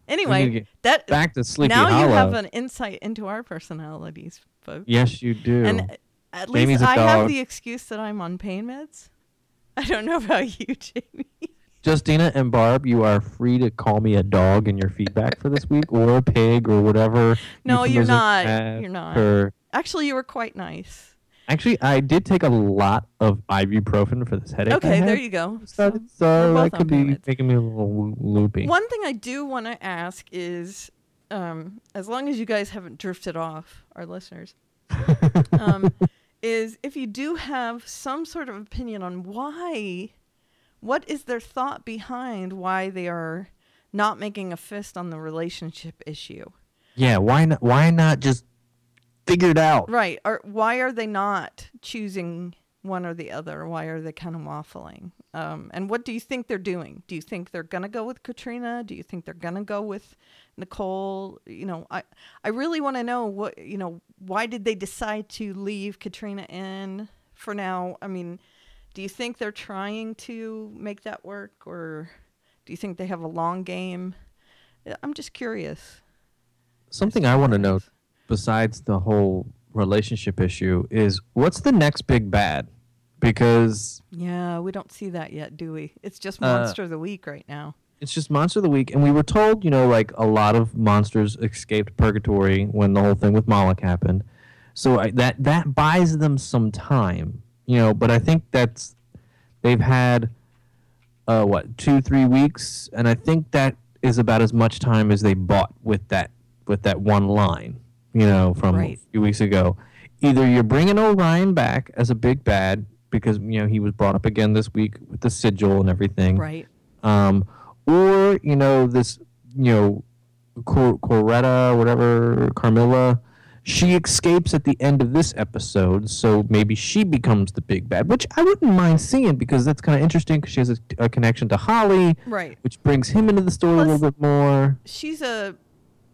Anyway,
get
that
Back to Sleepy
now
Hollow.
you have an insight into our personalities, folks.
yes, you do.
And uh, at
Jamie's
least
a
I have
dog.
the excuse that I'm on pain meds. [laughs] I don't know about you, Jamie. [laughs]
Justina and Barb, you are free to call me a dog in your feedback for this week, or a pig, or whatever.
[laughs] No, you're
euphemism
not.
you have
You're not.
for-
Actually, you were quite nice.
Actually, I did take a lot of ibuprofen for this headache. I
Okay, there
had.
you go.
So,
So- we're
so
both
that could
on
be
meds.
making me a little loopy.
One thing I do want to ask is, um, as long as you guys haven't drifted off, our listeners, um, is if you do have some sort of opinion on why, what is their thought behind why they are not making a fist on the relationship issue?
Yeah, why not? Why not just figure it out?
Right. Or why are they not choosing one or the other? Why are they kind of waffling? Um, and what do you think they're doing? Do you think they're gonna go with Katrina? Do you think they're gonna go with Nicole? You know, I I really want to know what you know. Why did they decide to leave Katrina in for now? I mean, do you think they're trying to make that work, or do you think they have a long game? I'm just curious.
Something I want to know, besides the whole relationship issue, is what's the next big bad? Because
Yeah, we don't see that yet, do we? It's just
Uh,
monster of the week right now.
it's just monster of the week, and we were told, you know, like a lot of monsters escaped purgatory when the whole thing with Moloch happened. So I, that that buys them some time, you know. But I think that's they've had uh, what two three weeks, and I think that is about as much time as they bought with that with that one line, you know, from
Right.
a few weeks ago. Either you're bringing Orion back as a big bad because you know he was brought up again this week with the sigil and everything,
Right.
um, or you know this you know Cor- Coretta whatever Carmilla she escapes at the end of this episode so maybe she becomes the big bad which I wouldn't mind seeing because that's kind of interesting because she has a, a connection to Holly
Right.
which brings him into the story a
Plus-
little bit more
She's a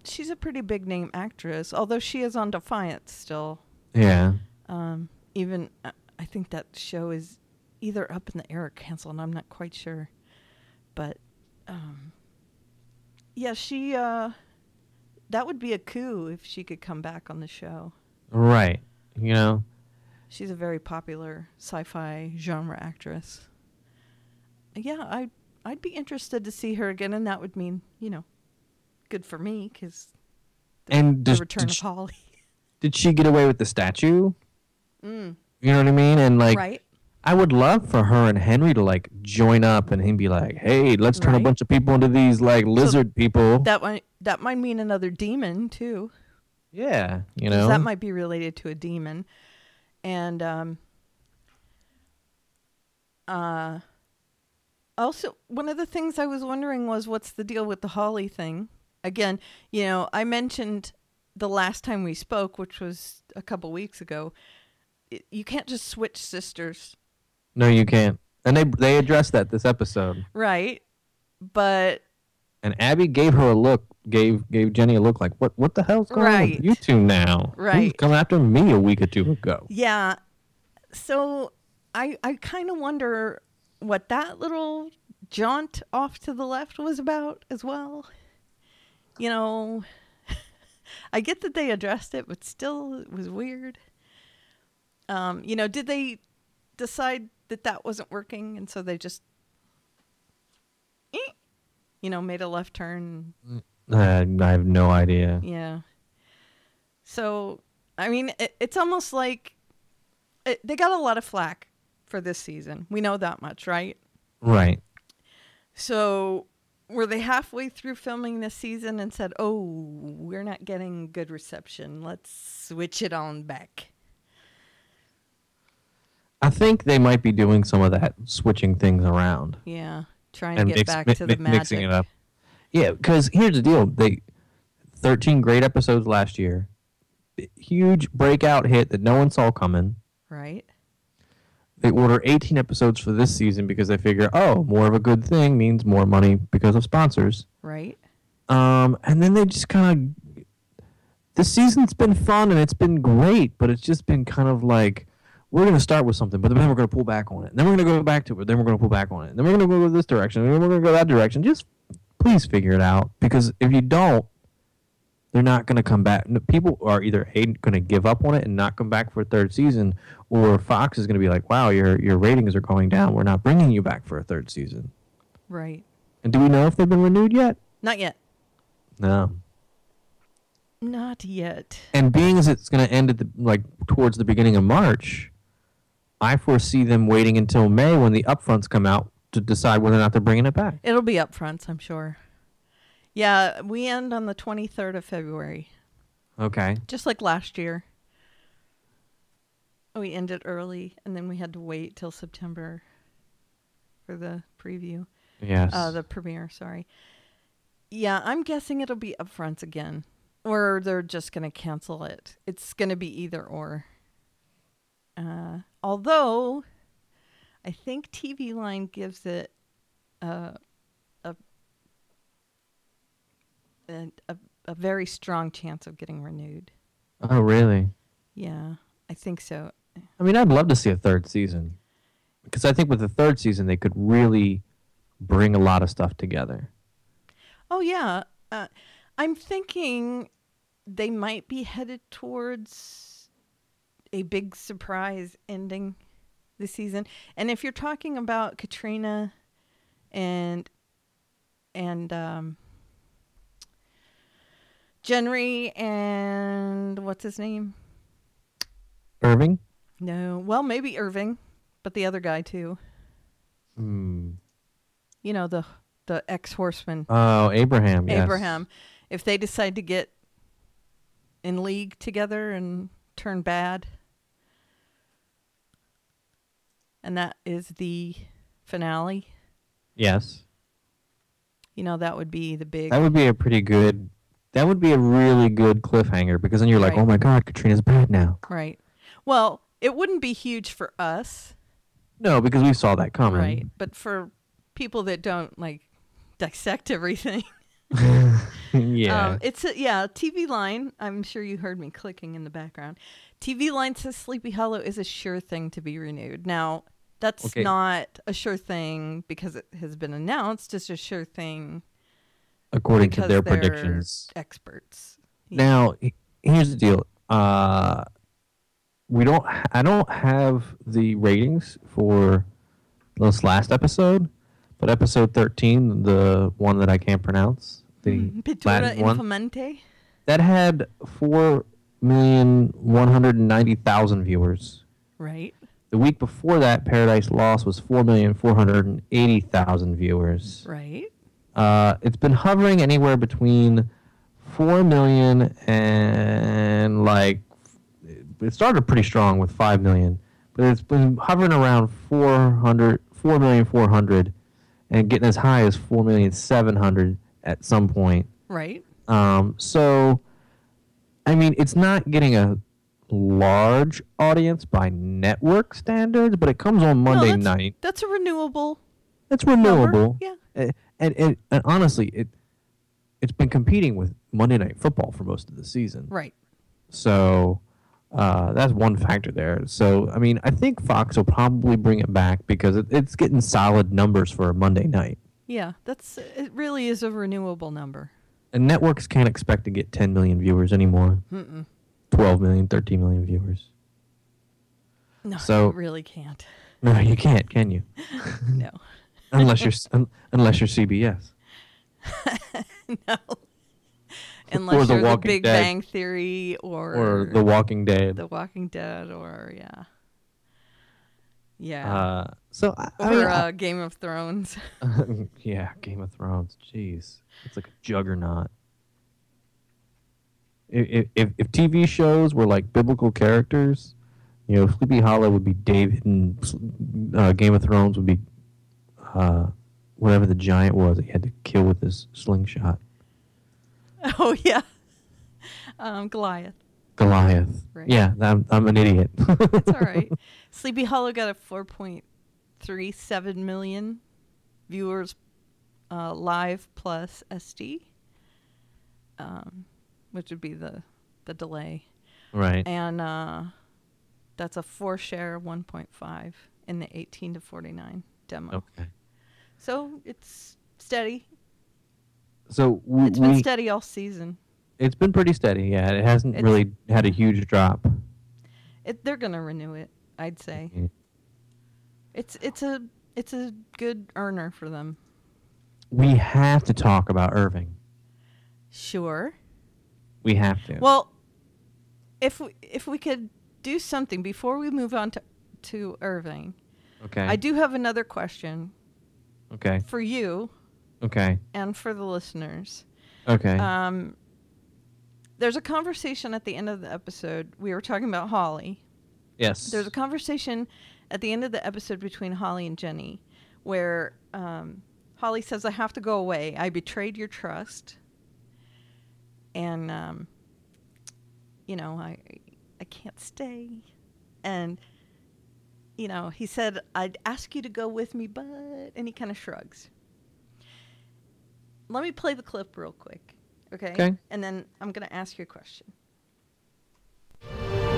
she's a pretty big name actress, although she is on Defiance still.
yeah
Um, even uh, I think that show is either up in the air or canceled. I'm not quite sure, but um, yeah, she uh, that would be a coup if she could come back on the show.
right you know
She's a very popular sci-fi genre actress. Yeah, I I'd be interested to see her again, and that would mean you know, good for me because
and
the
does,
return
did,
of
she,
Holly. [laughs]
did she get away with the statue you know what I mean and like
Mm. right?
I would love for her and Henry to like join up and him be like, "Hey, let's turn
Right.
a bunch of people into these like lizard people."
That might that might mean another demon too.
yeah, you
'cause
know.
That might be related to a demon, and um, uh, also one of the things I was wondering was what's the deal with the Holly thing? Again, you know, I mentioned the last time we spoke, which was a couple weeks ago. it- You can't just switch sisters,
no, you can't. And they they addressed that this episode.
right? But
And Abby gave her a look, gave gave Jenny a look like, "What what the hell's going on
Right.
with you two now? You
Right.
come after me a week or two ago."
Yeah. So I I kind of wonder what that little jaunt off to the left was about as well. You know, [laughs] I get that they addressed it, but still it was weird. Um, you know, did they decide that that wasn't working and so they just eh, you know, made a left turn
Uh, I have no idea.
yeah. So, I mean, it, it's almost like it, they got a lot of flack for this season. We know that much, right?
Right.
So, were they halfway through filming this season and said, "Oh, we're not getting good reception. Let's switch it on back."
I think they might be doing some of that switching things around.
Yeah, trying
and
to get
mix-
back
mi-
to the
mi-
magic.
mixing it up. Yeah, because here's the deal: they thirteen great episodes last year, B- huge breakout hit that no one saw coming.
right?
They order eighteen episodes for this season because they figure, oh, more of a good thing means more money because of sponsors.
Right?
Um, and then they just kind of this season's been fun and it's been great, but it's just been kind of like we're gonna start with something, but then we're gonna pull back on it. Then we're gonna go back to it. Then we're gonna pull back on it. Then we're gonna go this direction. Then we're gonna go that direction. Just please figure it out because if you don't, they're not gonna come back. N- People are either a gonna give up on it and not come back for a third season, or Fox is gonna be like, "Wow, your your ratings are going down. We're not bringing you back for a third season."
Right.
And do we know if they've been renewed yet?
Not yet.
No.
Not yet.
and being as it's going to end at the, like towards the beginning of March, I foresee them waiting until May when the upfronts come out to decide whether or not they're bringing it back.
It'll be up front, I'm sure. Yeah, we end on the 23rd of February,
Okay.
just like last year. Oh, We ended early, and then we had to wait till September for the preview,
Yes.
uh, the premiere. Sorry. Yeah, I'm guessing it'll be up front again, or they're just gonna cancel it. It's gonna be either or. Uh, although, I think TV Line gives it uh, a, a, a very strong chance of getting renewed.
oh, really?
Yeah, I think so.
I mean, I'd love to see a third season because I think with the third season they could really bring a lot of stuff together.
Oh yeah, uh, I'm thinking they might be headed towards a big surprise ending this season. And if you're talking about Katrina and and um, Jenry and what's his name?
Irving.
No, well maybe Irving, but the other guy too.
Hmm.
You know the the ex horseman.
Oh, Abraham. yes.
Abraham, if they decide to get in league together and turn bad, and that is the finale,
Yes.
you know, that would be the big.
That would be a pretty good. That would be a really good cliffhanger because then you're like,
Right.
oh my god, Katrina's bad now.
right. Well, it wouldn't be huge for us,
No, because we saw that coming.
right? But for people that don't like dissect everything.
yeah.
Um, it's a, yeah, TV Line. I'm sure you heard me clicking in the background. TV Line says Sleepy Hollow is a sure thing to be renewed. Now, that's
Okay.
not a sure thing because it has been announced. It's a sure thing
according to
because
their
they're
predictions.
experts.
Now, he- here's the deal. Uh, we don't. ha- I don't have the ratings for this last episode, but episode thirteen, the one that I can't pronounce, the
Pittura
Latin one,
Infamente.
that had four million one hundred ninety thousand viewers.
Right.
The week before that, Paradise Lost was four million four hundred eighty thousand viewers.
Right.
Uh, it's been hovering anywhere between four million and like it started pretty strong with five million, but it's been hovering around 400, 4 million 400 and getting as high as four million seven hundred at some point.
Right.
Um, so, I mean, it's not getting a large audience by network standards, but it comes on
No,
Monday
that's-
night.
That's a renewable.
It's renewable.
yeah.
A- And, and and honestly, it it's been competing with Monday Night Football for most of the season.
Right.
So uh, that's one factor there. So I mean, I think Fox will probably bring it back because it, it's getting solid numbers for a Monday night,
Yeah. That's it. Really is a renewable number.
and networks can't expect to get 10 million viewers anymore. Mm-mm. 12 million, 13 million viewers.
No,
So-
you really can't.
No, you can't, can
[laughs]
you? [laughs]
No.
Unless you're s- un, unless you're CBS.
no. Unless
The
you're the
Walking
Big
Dead.
Bang Theory or,
Or The Walking Dead. Uh,
The Walking Dead, or yeah, yeah,
uh, so I, I
or
mean, I-
uh, Game of Thrones. [laughs]
yeah, Game of Thrones. Jeez, it's like a juggernaut. If, if if TV shows were like biblical characters, you know, Sleepy Hollow would be David, and uh, Game of Thrones would be uh, whatever the giant was that he had to kill with his slingshot,
oh yeah, um, Goliath.
Goliath.
Right.
Yeah, I'm I'm an idiot.
It's all right. Sleepy Hollow got a four point three seven million viewers uh, live plus SD, um, which would be the the delay.
[laughs] Right.
And uh, that's a four share 1.5 in the 18 to 49 demo.
Okay.
So it's steady.
So we,
It's been
we-
steady all season.
it's been pretty steady. Yeah, it hasn't
It's-
really had a huge drop.
It, they're gonna renew it, I'd say.
Mhm.
It's it's a it's a good earner for them.
We have to talk about Irving.
Sure.
We have to.
Well, if we, if we could do something before we move on to to Irving,
okay.
I do have another question
Okay.
for you
Okay.
and for the listeners.
Okay.
Um, there's a conversation at the end of the episode. We were talking about Holly.
yes.
There's a conversation at the end of the episode between Holly and Jenny where um, Holly says, I have to go away. I betrayed your trust. And, um, you know, I, I can't stay. And, you know, he said, I'd ask you to go with me, but. And he kind of shrugs. Let me play the clip real quick. Okay.
Okay.
And then I'm going to ask you a question.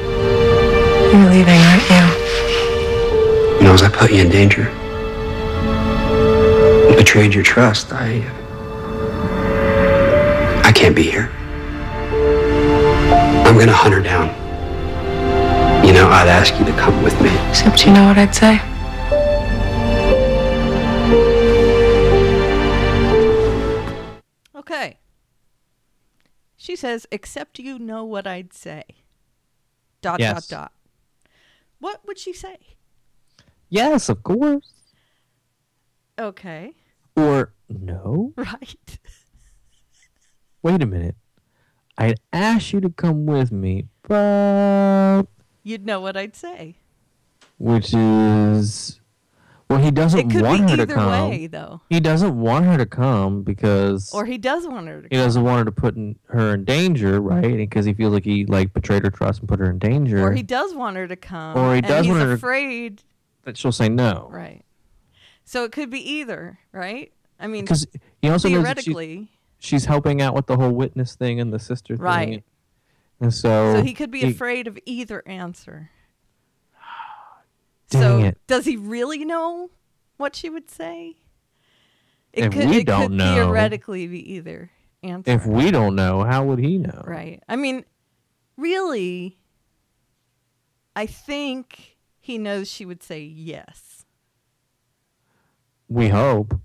You're leaving, aren't you?
You know, as I put you in danger, betrayed your trust. I. I can't be here. I'm gonna hunt her down. You know, I'd ask you to come with me.
Except you know what I'd say.
Okay. She says, except you know what I'd say. Dot,
Yes.
dot, dot. What would she say?
yes, of course.
Okay.
Or no.
[laughs] Right.
Wait a minute. I'd ask you to come with me, but
You'd know what I'd say.
which is well, he doesn't
It could
want
be
her to
either
come.
way, though.
He doesn't want her to come because
Or he does want her to
he doesn't want her to put in, her in danger, right? Because he feels like he like betrayed her trust and put her in danger.
Or he does want her to come.
Or he
and
does
he's
want her to-
afraid.
that she'll say no,
Right. So it could be either, right? I mean,
Because he also knows that she-
theoretically.
she's helping out with the whole witness thing and the sister
Right.
thing, and so
So he could be afraid of either answer. so
Dang it.
does he really know what she would say?
If we
it
don't
could
know-
theoretically be either answer.
If we don't know, how would he know?
right. I mean, really, I think he knows she would say yes.
We hope.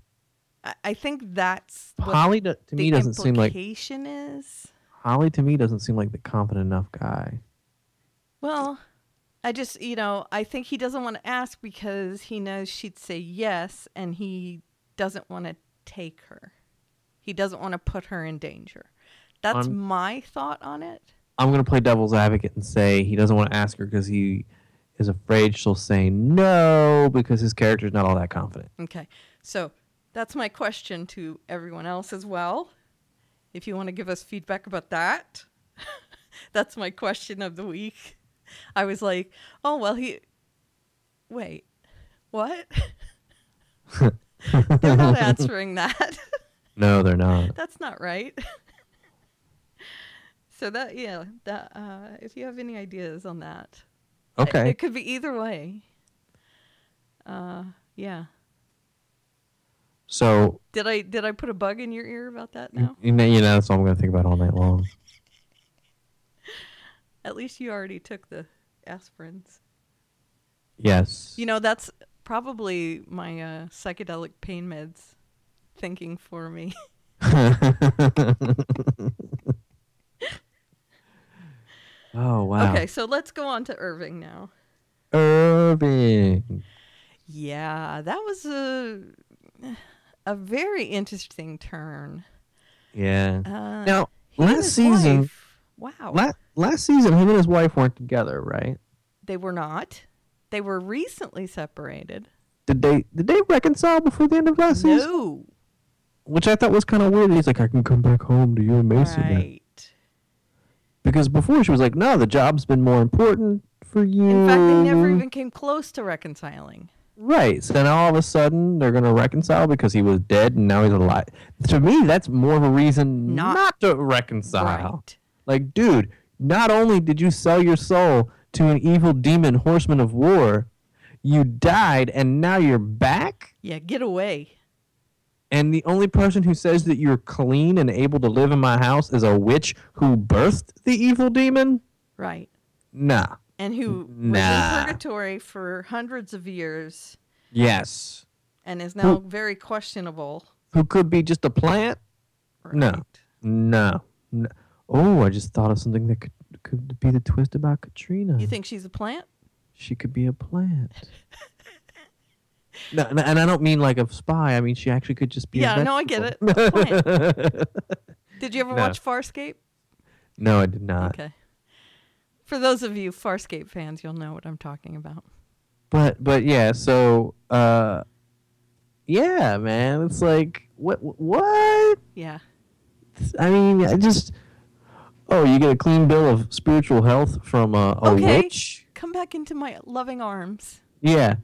I, I think that's what
Holly do- to me
the
doesn't seem like
implication is.
Holly to me doesn't seem like the confident enough guy.
Well, I just, you know, I think he doesn't want to ask because he knows she'd say yes and he doesn't want to take her. He doesn't want to put her in danger. That's
I'm-
my thought on it.
I'm gonna play devil's advocate and say he doesn't want to ask her because he is afraid she'll say no because his character's not all that confident.
Okay. So that's my question to everyone else as well. If you want to give us feedback about that, [laughs] that's my question of the week. I was like, oh, well, he. Wait, what? [laughs] They're not answering that. [laughs]
No, they're not.
that's not right. [laughs] so that, yeah, that, uh, if you have any ideas on that, I-
Okay.
it could be either way. Uh, yeah.
so
Did I did I put a bug in your ear about that now?
you know, you know that's all I'm gonna think about all night long.
At least you already took the aspirins.
Yes.
You know, that's probably my uh, psychedelic pain meds thinking for me.
oh
[laughs]
wow.
Okay, so let's go on to Irving now.
Irving.
Yeah, that was a a very interesting turn.
Yeah.
Uh,
now
he and
last
his
season,
wife- wow,
la- last season, him and his wife weren't together, right?
they were not. They were recently separated.
Did they? Did they reconcile before the end of last season?
No,
Which I thought was kind of weird. He's like, I can come back home to you and Mason. now."
right.
Because before she was like, no, the job's been more important for you.
In fact, they never
Mm.
even came close to reconciling.
Right. So then all of a sudden they're going to reconcile because he was dead and now he's alive. To me, that's more of a reason
Not
not, to reconcile.
Right.
Like, dude, Not only did you sell your soul to an evil demon horseman of war, you died and now you're back?
Yeah, get away.
And the only person who says that you're clean and able to live in my house is a witch who birthed the evil demon?
Right.
Nah.
And who was
Nah.
in purgatory for hundreds of years
Yes.
and is now very questionable.
Who could be just a plant? No.
Right.
No. no. Oh, I just thought of something that could, could be the twist about Katrina.
You think she's a plant?
she could be a plant. no, no, and I don't mean like a spy. I mean she actually could just be. a
Yeah, no, I get it. A
[laughs]
plant. Did you ever watch Farscape?
veg- No, I did not.
Okay. For those of you Farscape fans, you'll know what I'm talking about.
But but yeah, so uh, yeah, man, it's like what what?
Yeah.
I mean, I just oh, you get a clean bill of spiritual health from uh, a, a
Okay.
witch.
Come back into my loving arms.
Yeah,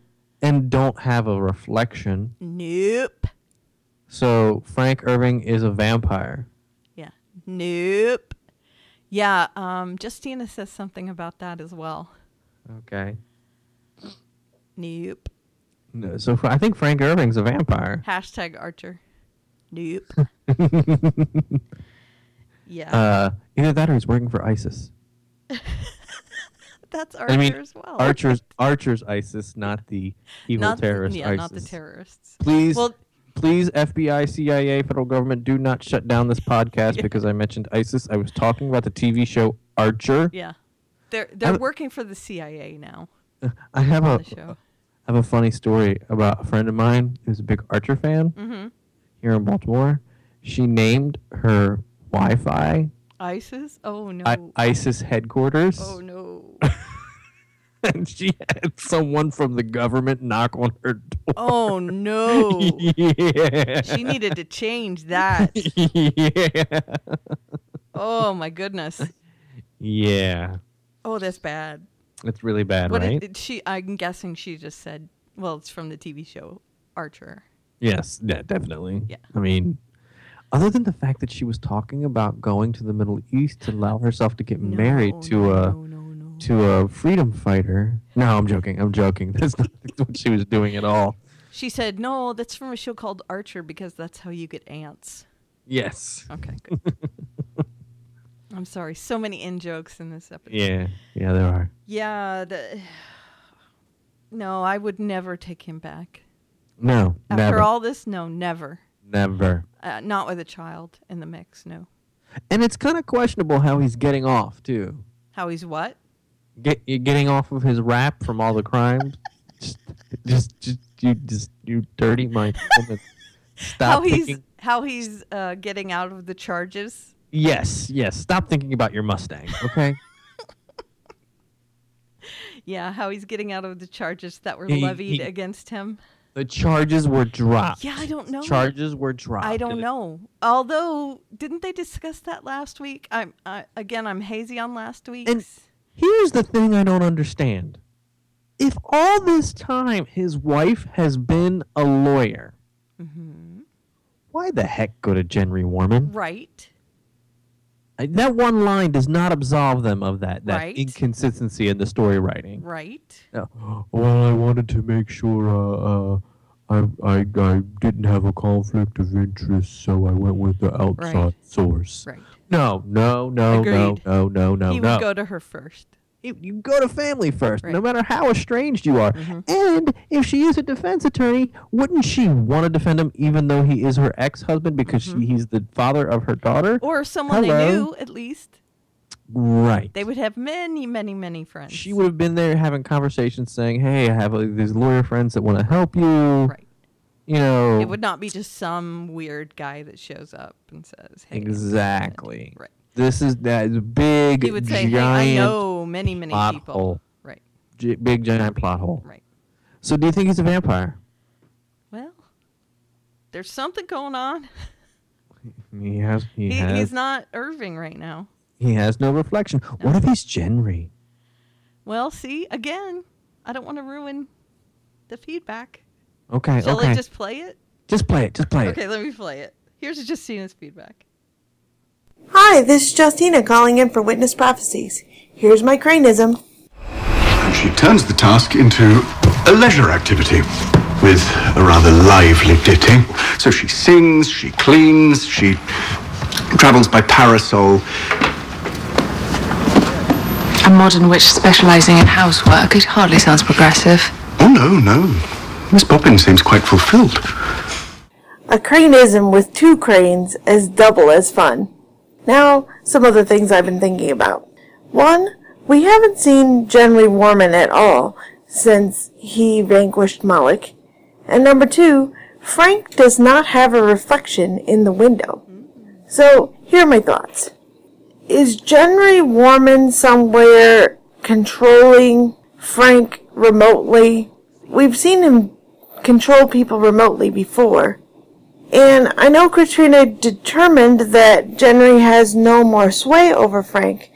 and don't have a reflection.
Nope.
So Frank Irving is a vampire.
Yeah. Nope. Yeah. Um, Justina says something about that as well.
Okay.
Nope.
No, so fr- I think Frank Irving's a vampire.
Hashtag Archer. Nope.
[laughs]
yeah.
Uh, either that or he's working for ISIS.
that's Archer
I mean,
as well.
Archer's Archer's ISIS, not the evil
not
terrorist
the, yeah,
ISIS.
not the terrorists.
Please,
Well-
please, FBI, CIA, federal government, do not shut
[laughs]
down this podcast because I mentioned ISIS. I was talking about the TV show Archer.
Yeah. They're they're
I'm-
working for the CIA now.
[laughs] I have
on
a [laughs]
The show.
I have a funny story about a friend of mine who's a big Archer fan
Mm-hmm.
here in Baltimore. She named her Wi-Fi
ISIS? Oh no.
I- ISIS headquarters. [laughs]
oh no.
and she had someone from the government knock on her door.
Oh no.
[laughs] Yeah.
She needed to change
[laughs]
that.
yeah.
Oh my goodness.
[laughs] Yeah.
Oh, that's bad.
It's really bad,
What did-
right?
did she I'm guessing she just said, well, it's from the TV show Archer.
yes, yeah, definitely.
Yeah.
I mean, other than the fact that she was talking about going to the Middle East to allow herself to get married to
no,
a
no, no, no.
to a freedom fighter. No, I'm joking. I'm joking. [laughs] That's not what she was doing at all.
She said, "No, that's from a show called Archer because that's how you get ants."
Yes.
Okay.
[laughs]
Good. I'm sorry. So many in jokes in this episode.
Yeah. Yeah, there are.
Yeah, the [sighs] No, I would never take him back.
No.
After
never.
all this, no, never.
never.
Uh, not with a child in the mix, no.
And it's kind of questionable how he's getting off too.
How he's what?
Get you getting off of his rap from all
[laughs]
the crimes. just, just, just you, just you dirty
[laughs]
my woman. Stop
how he's
thinking.
how he's uh, getting out of the charges.
Yes, yes. Stop thinking about your Mustang, okay?
Yeah, how he's getting out of the charges that were
He-
levied
he-
against him.
[laughs] the charges were dropped.
Yeah, I don't know.
Charges were dropped.
I don't
And Ah, it-
know. Although, didn't they discuss that last week? I'm I, again, I'm hazy on last week's.
Here's the thing I don't understand. If all this time his wife has been a lawyer,
Mm-hmm.
why the heck go to Jenry Warman?
right.
I- That one line does not absolve them of that, that
Right.
inconsistency in the story writing.
Right.
No.
Well, I wanted to make sure uh, uh, I, I I didn't have a conflict of interest, so I went with the outside source.
Right.
No, no, no, no,
Agreed.
no, no, no,
he
no.
would go to her first.
you you go to family first, no
Right. Mm-hmm.
matter how estranged you are. And if she is a defense attorney, wouldn't she want to defend him even though he is her ex husband because she, he's the father of her daughter?
Mm-hmm. Or someone
Hello?
they knew, at least.
right.
They would have many, many, many friends.
she would have been there having conversations saying, hey, I have uh, these lawyer friends that want to help you.
Right.
You know,
It would not be just some weird guy that shows up and says, "Hey."
exactly.
Right.
This is that is a big,
He would say,
giant,
"Hey, I know many, many
plot
people."
hole.
Right.
gi- big, giant plot hole.
Right.
So, do you think he's a vampire?
Well, there's something going on.
He has. He,
He,
has.
he's not Irving right now.
He has no reflection. What if he's Jenry?
Well, see, again, I don't want to ruin the feedback.
Okay,
Shall
okay.
I
Just,
just play it?
play it. Just play it.
Okay, let me play it. Here's Justina's feedback.
Hi, this is Justina calling in for Witness Prophecies. Here's my cranism.
And she turns the task into a leisure activity with a rather lively ditty. So she sings, she cleans, she travels by parasol.
A modern witch specializing in housework. It hardly sounds progressive.
Oh, no, no. Miss Poppins seems quite fulfilled.
A cranism with two cranes is double as fun. Now, some of the things I've been thinking about. One, we haven't seen Generally Warman at all since he vanquished Moloch. And number two, Frank does not have a reflection in the window. So, here are my thoughts. Is Generally Warman somewhere controlling Frank remotely? We've seen him control people remotely before. And I know Katrina determined that Jenry has no more sway over Frank,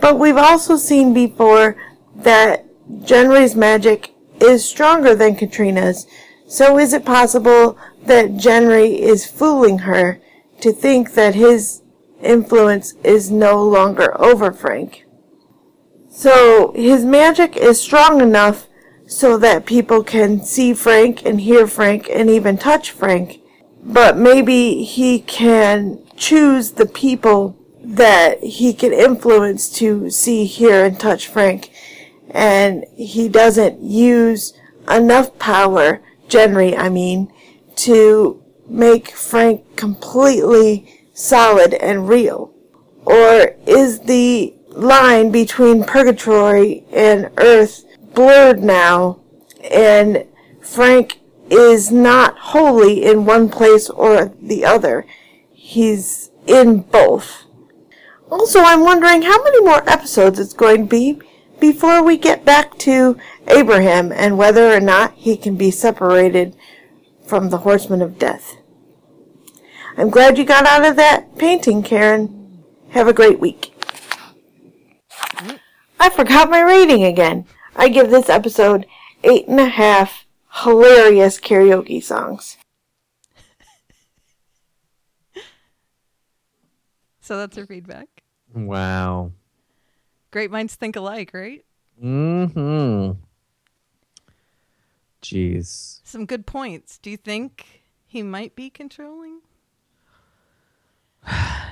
but we've also seen before that Jenry's magic is stronger than Katrina's. So is it possible that Jenry is fooling her to think that his influence is no longer over Frank? So his magic is strong enough so that people can see Frank and hear Frank and even touch Frank but maybe he can choose the people that he can influence to see, hear, and touch Frank. And he doesn't use enough power, Jenry, I mean, to make Frank completely solid and real. Or is the line between purgatory and earth blurred now and Frank is not wholly in one place or the other. He's in both. Also, I'm wondering how many more episodes it's going to be before we get back to Abraham and whether or not he can be separated from the horseman of death. I'm glad you got out of that painting, Karen. Have a great week. I forgot my rating again. I give this episode eight and a half hilarious karaoke songs.
So that's her feedback.
Wow.
Great minds think alike, right?
Mm-hmm. Jeez.
Some good points. Do you think he might be controlling?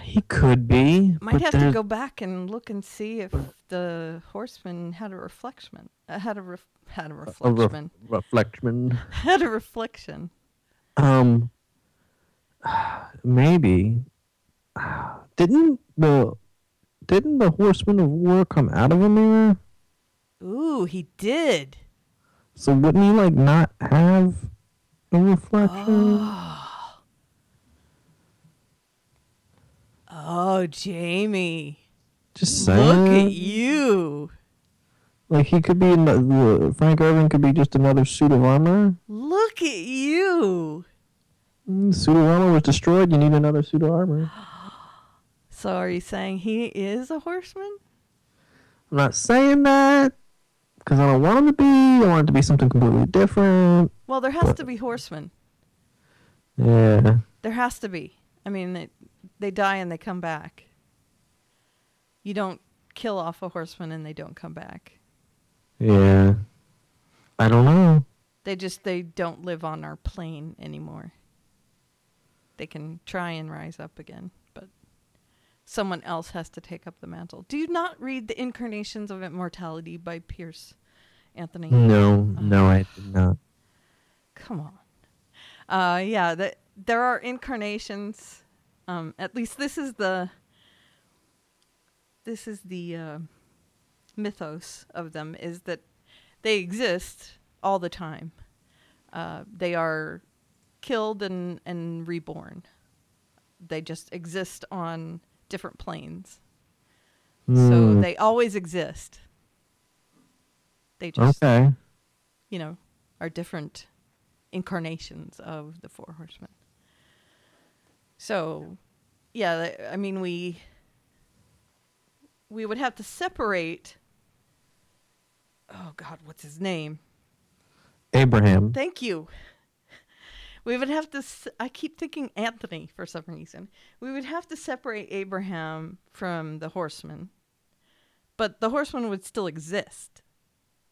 He could be.
Might
but uh,
have to
there's-
go back and look and see if the horseman had a reflection. Uh, had a ref, had a
a ref-
reflection. [laughs]
reflection.
had a reflection.
Um, maybe. Didn't the didn't the horseman of war come out of a mirror?
Ooh, he did.
So wouldn't he like not have a reflection?
Oh, Jamie.
Just
Look
saying.
at you.
Like he could be in the, the- Frank Irving could be just another suit of armor.
Look at you.
Mm, Suit of armor was destroyed. You need another suit of armor.
So are you saying he is a horseman?
I'm not saying that because I don't want him to be. I want it to be something completely different.
Well, there has to be horsemen.
Yeah.
There has to be. I mean, they, they die and they come back. You don't kill off a horseman and they don't come back.
Yeah. I don't know.
They just they don't live on our plane anymore. They can try and rise up again, but someone else has to take up the mantle. Do you not read The Incarnations of Immortality by Pierce Anthony?
No, no, I did not.
Come on. Uh, yeah, that there are incarnations. Um, at least this is the this is the uh, mythos of them is that they exist all the time. Uh, they are killed and and reborn. They just exist on different planes. So
Hmm.
they always exist. They just
Okay.
you know, are different incarnations of the Four Horsemen. So, yeah, th- I mean, we we would have to separate. Oh God, what's his name?
Abraham.
Thank you. [laughs] We would have to. s- I keep thinking Anthony for some reason. We would have to separate Abraham from the horseman, but the horseman would still exist.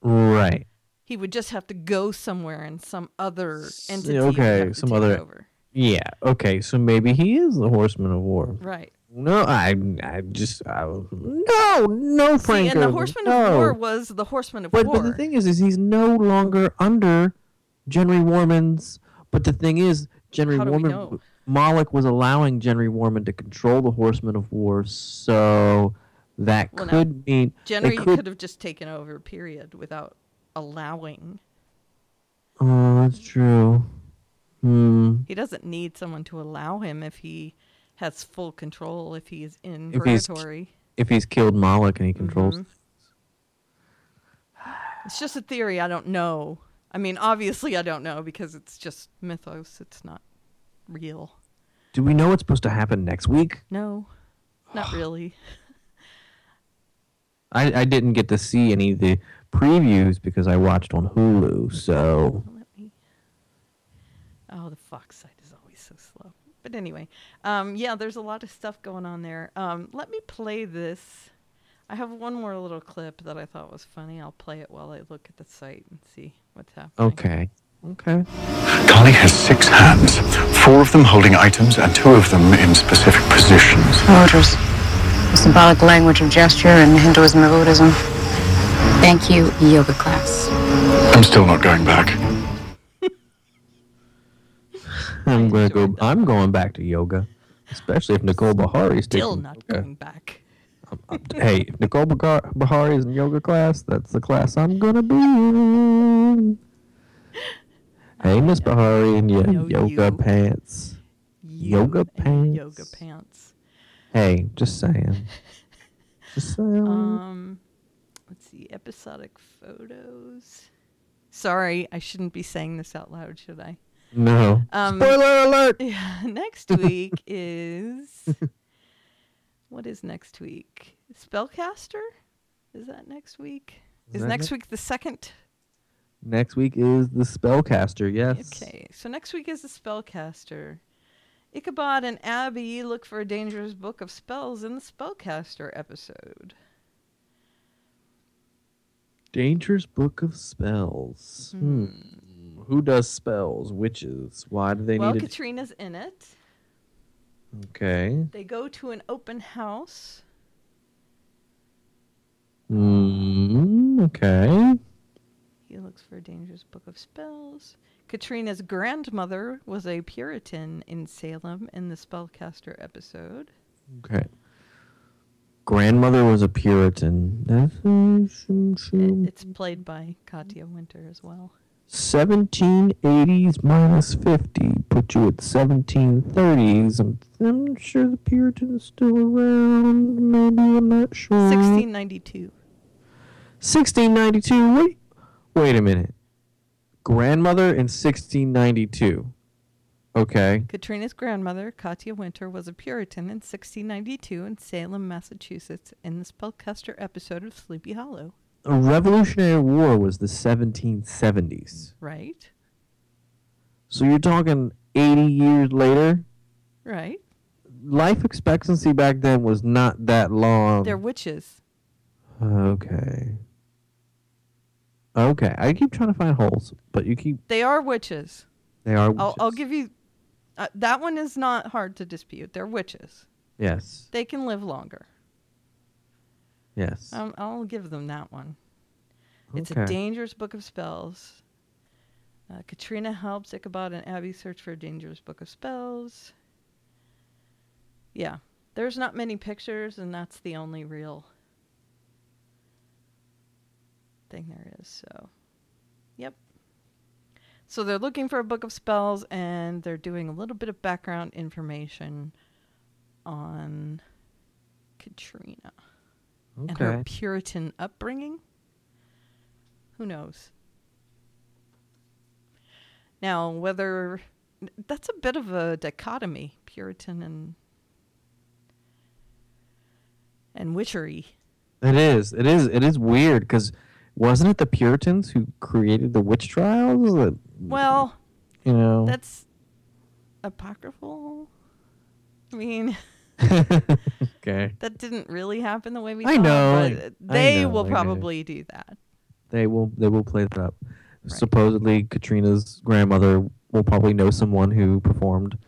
Right.
He would just have to go somewhere and some other entity.
Yeah,
would have
okay.
to
Some
take
other.
over.
Yeah. Okay. So maybe he is the horseman of war.
Right.
No, I. I just. I, no. No. Franco.
See, and the horseman of
no.
war was the horseman of
Oh. But,
war.
but the thing is, is he's no longer under Jenry Warman's. But the thing is, Jenry
How do we
Warman,
know?
Moloch was allowing Jenry Warman to control the Horsemen of War, so that
Well, no.
could mean they
Jenry
could.
could have just taken over, period, without allowing.
Oh, that's true. Hmm.
He doesn't need someone to allow him if he has full control, if he is in
If he's-
purgatory.
If he's killed Moloch and he controls,
Mhm. It's just a theory. I don't know. I mean, obviously, I don't know because it's just mythos. It's not real.
do we know what's supposed to happen next week?
No,
[sighs]
not really.
I, I didn't get to see any of the previews because I watched on Hulu. So
Oh, the Fox site is always so slow. But anyway, um, yeah, there's a lot of stuff going on there. Um, let me play this. I have one more little clip that I thought was funny. I'll play it while I look at the site and see what's happening.
okay, okay.
Carly has six hands, four of them holding items and two of them in specific positions.
Mudras. The symbolic language of gesture in Hinduism and Buddhism. Thank you, yoga class.
I'm still not going back.
I'm gonna go. I'm going back to yoga, especially if Nicole Bahari is
Still
taking
not
yoga.
going back.
hey, if Nicole Bagar- Bahari is in yoga class. That's the class I'm gonna
[laughs]
be in. Hey, Miss Bahari in your
know
yoga
you.
pants.
You
Yoga
and
pants.
Yoga pants.
Hey,
[laughs]
just saying. just saying.
Um, let's see. Episodic photos. Sorry, I shouldn't be saying this out loud, should I?
no.
Um,
Spoiler alert.
Yeah, [laughs]
[laughs]
next week is what is next week? Spellcaster? Is that next week?
Is
Is,
that
next
next-
week the second?
Next week is the spellcaster. Yes.
Okay, so next week is the spellcaster. Ichabod and Abby look for a dangerous book of spells in the spellcaster episode.
Dangerous Book of Spells. Hmm. Who does spells? Witches. Why do they
well,
need? it?
Katrina's in it.
okay.
They go to an open house.
Mm, okay.
He looks for a dangerous book of spells. Katrina's grandmother was a Puritan in Salem in the spellcaster episode.
Okay. Grandmother was a Puritan. That's, uh, shum, shum.
It's played by Katya Winter as well.
1780s minus 50 put you at 1730s. I'm, I'm sure the Puritan's still around. Maybe I'm not sure.
1692.
1692. Wait, wait a minute. Grandmother in 1692. Okay.
Katrina's grandmother, Katya Winter, was a Puritan in 1692 in Salem, Massachusetts, in the spellcaster episode of Sleepy Hollow.
The Revolutionary War was the 1770s.
Right?
So you're talking 80 years later.
Right?
Life expectancy back then was not that long.
They're witches.
okay. Okay. I keep trying to find holes, but you keep.
They are witches.
They are.
I'll, I'll
witches.
give you uh, that one is not hard to dispute. They're witches.
Yes.
They can live longer.
Yes.
Um, I'll give them that one. It's a
Okay.
dangerous book of spells. Uh, Katrina helps Ichabod and Abby search for a dangerous book of spells. Yeah, there's not many pictures, and that's the only real thing there is. So, yep. So they're looking for a book of spells, and they're doing a little bit of background information on Katrina and her
Okay.
Puritan upbringing. Who knows? Now, whether that's a bit of a dichotomy, Puritan and and witchery.
It is. It is. It is weird because wasn't it the Puritans who created the witch trials? That,
Well,
you know.
that's apocryphal? I mean, [laughs]
[laughs] Okay.
that didn't really happen the way we.
I
thought,
know,
but
I- I
they
know,
will
I know.
probably do that.
They will they will play that up. Supposedly Katrina's grandmother will probably know someone who performed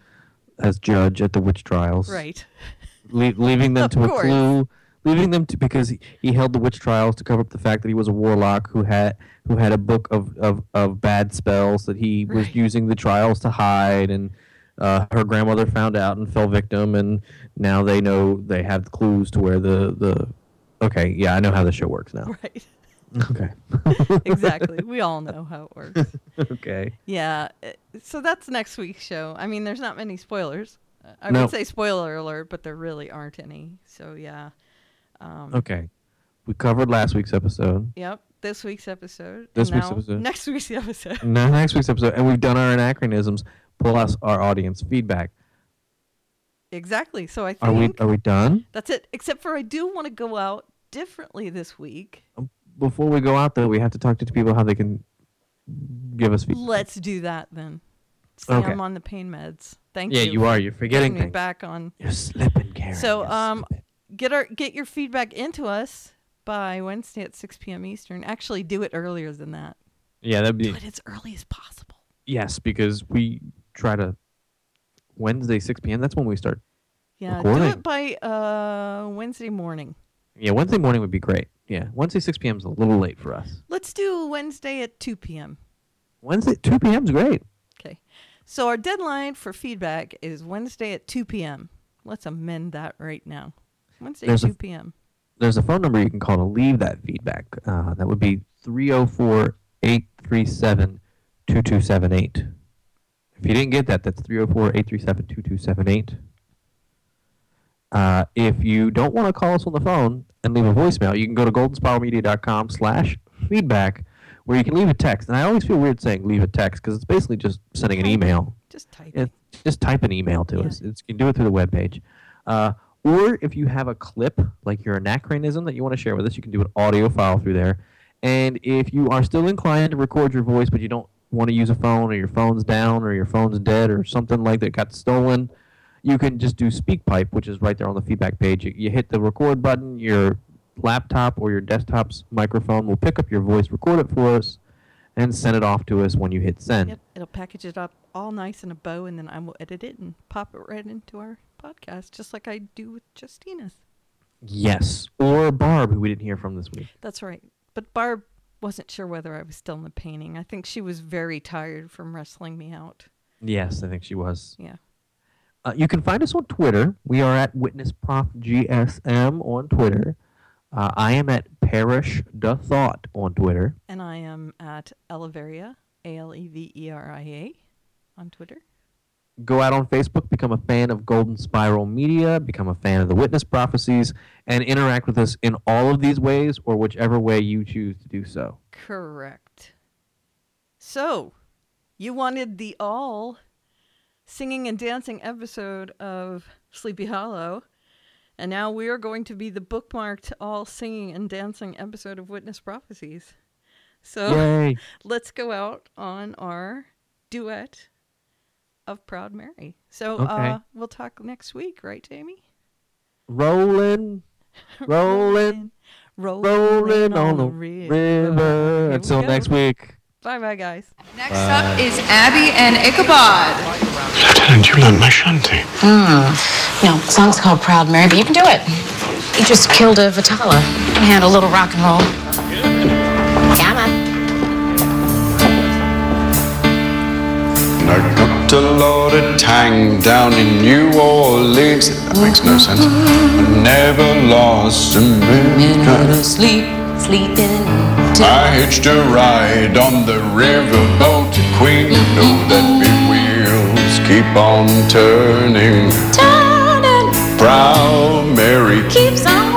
as judge at the witch trials.
Right. [laughs]
Le- leaving them
Of
to
course.
a clue, leaving them to because he, he held the witch trials to cover up the fact that he was a warlock who had who had a book of of, of bad spells that he was using the trials to hide and uh, her grandmother found out and fell victim and now they know they have clues to where the the okay yeah I know how the show works
[laughs]
now
Right.
okay
exactly. We all know how it works.
[laughs] okay
Yeah. uh, So that's next week's show. I mean, there's not many spoilers. Uh, I
No.
would say spoiler alert, but there really aren't any. So yeah. Um,
okay we covered last week's episode
Yep. This week's episode.
This
and
week's
now
episode.
Next [laughs] week's episode.
[laughs] now next week's episode and we've done our anachronisms plus our audience feedback
Exactly. So I
are we
think
are we done
that's it. Except for I do want to go out differently this week.
before we go out though, we have to talk to people how they can give us feedback.
Let's do that then. See,
Okay.
I'm on the pain meds. Thank
Yeah,
you.
you
for
are. You're
getting
forgetting
me
things.
back on.
You're slipping, Karen.
So, um, get our get your feedback into us by Wednesday at 6 p.m. Eastern. Actually, do it earlier than that.
Yeah, that'd be
Do it as early as possible.
yes because we try to Wednesday 6 p.m. That's when we start.
Yeah, do
Recording.
it by uh, Wednesday morning.
Yeah, Wednesday morning would be great. Yeah, Wednesday 6 p.m. is a little late for us.
Let's do Wednesday at 2 p.m.
Wednesday 2 p.m. is great.
Okay. So our deadline for feedback is Wednesday at 2 p.m. Let's amend that right now. Wednesday
There's a-
2 p.m.
There's a phone number you can call to leave that feedback. Uh, that would be 304-837-2278. If you didn't get that, that's 304-837-2278. Uh, if you don't want to call us on the phone and leave a voicemail, you can go to goldenspiralmedia.com slash feedback where you can leave a text. And I always feel weird saying leave a text because it's basically just sending an email.
Just type
it. Just type an email to us. It's, you can do it through the webpage. Uh, or if you have a clip, like your anachronism that you want to share with us, you can do an audio file through there. And if you are still inclined to record your voice, but you don't want to use a phone, or your phone's down, or your phone's dead, or something like that got stolen, you can just do SpeakPipe, which is right there on the feedback page. You, you hit the record button, your laptop or your desktop's microphone will pick up your voice, record it for us, and send it off to us when you hit send.
Yep. It'll package it up all nice in a bow, and then I will edit it and pop it right into our podcast, just like I do with Justina's.
Yes. Or Barb, who we didn't hear from this week.
That's right. But Barb wasn't sure whether I was still in the painting. I think she was very tired from wrestling me out.
Yes, I think she was.
Yeah.
Uh, you can find us on Twitter. We are at WitnessProfGSM on Twitter. Uh, I am at Parish the Thought on Twitter.
And I am at Eleveria, A L E V E R I A, on Twitter.
Go out on Facebook, become a fan of Golden Spiral Media, become a fan of the Witness Prophecies, and interact with us in all of these ways or whichever way you choose to do so.
Correct. So, you wanted the all singing and dancing episode of Sleepy Hollow, and now we are going to be the bookmarked all singing and dancing episode of Witness Prophecies. So,
Yay.
let's go out on our duet of Proud Mary. So,
Okay.
uh, we'll talk next week, right, Jamie?
Rolling, rolling,
rolling,
rolling on the river. Until next week.
Bye bye, guys.
Next up is Abby and Ichabod.
Lieutenant, you learned my shanty. Hmm. No, the song's called Proud Mary, but you can do it. You just killed a Vitala. You can handle a little rock and roll. Come on.
And I got a lot of tang down in New Orleans. That makes no sense. I never lost a minute.
Sleep, sleeping.
I hitched a ride on the riverboat to Queen. Know that big wheels keep on turning.
Turning
Proud Mary
keeps on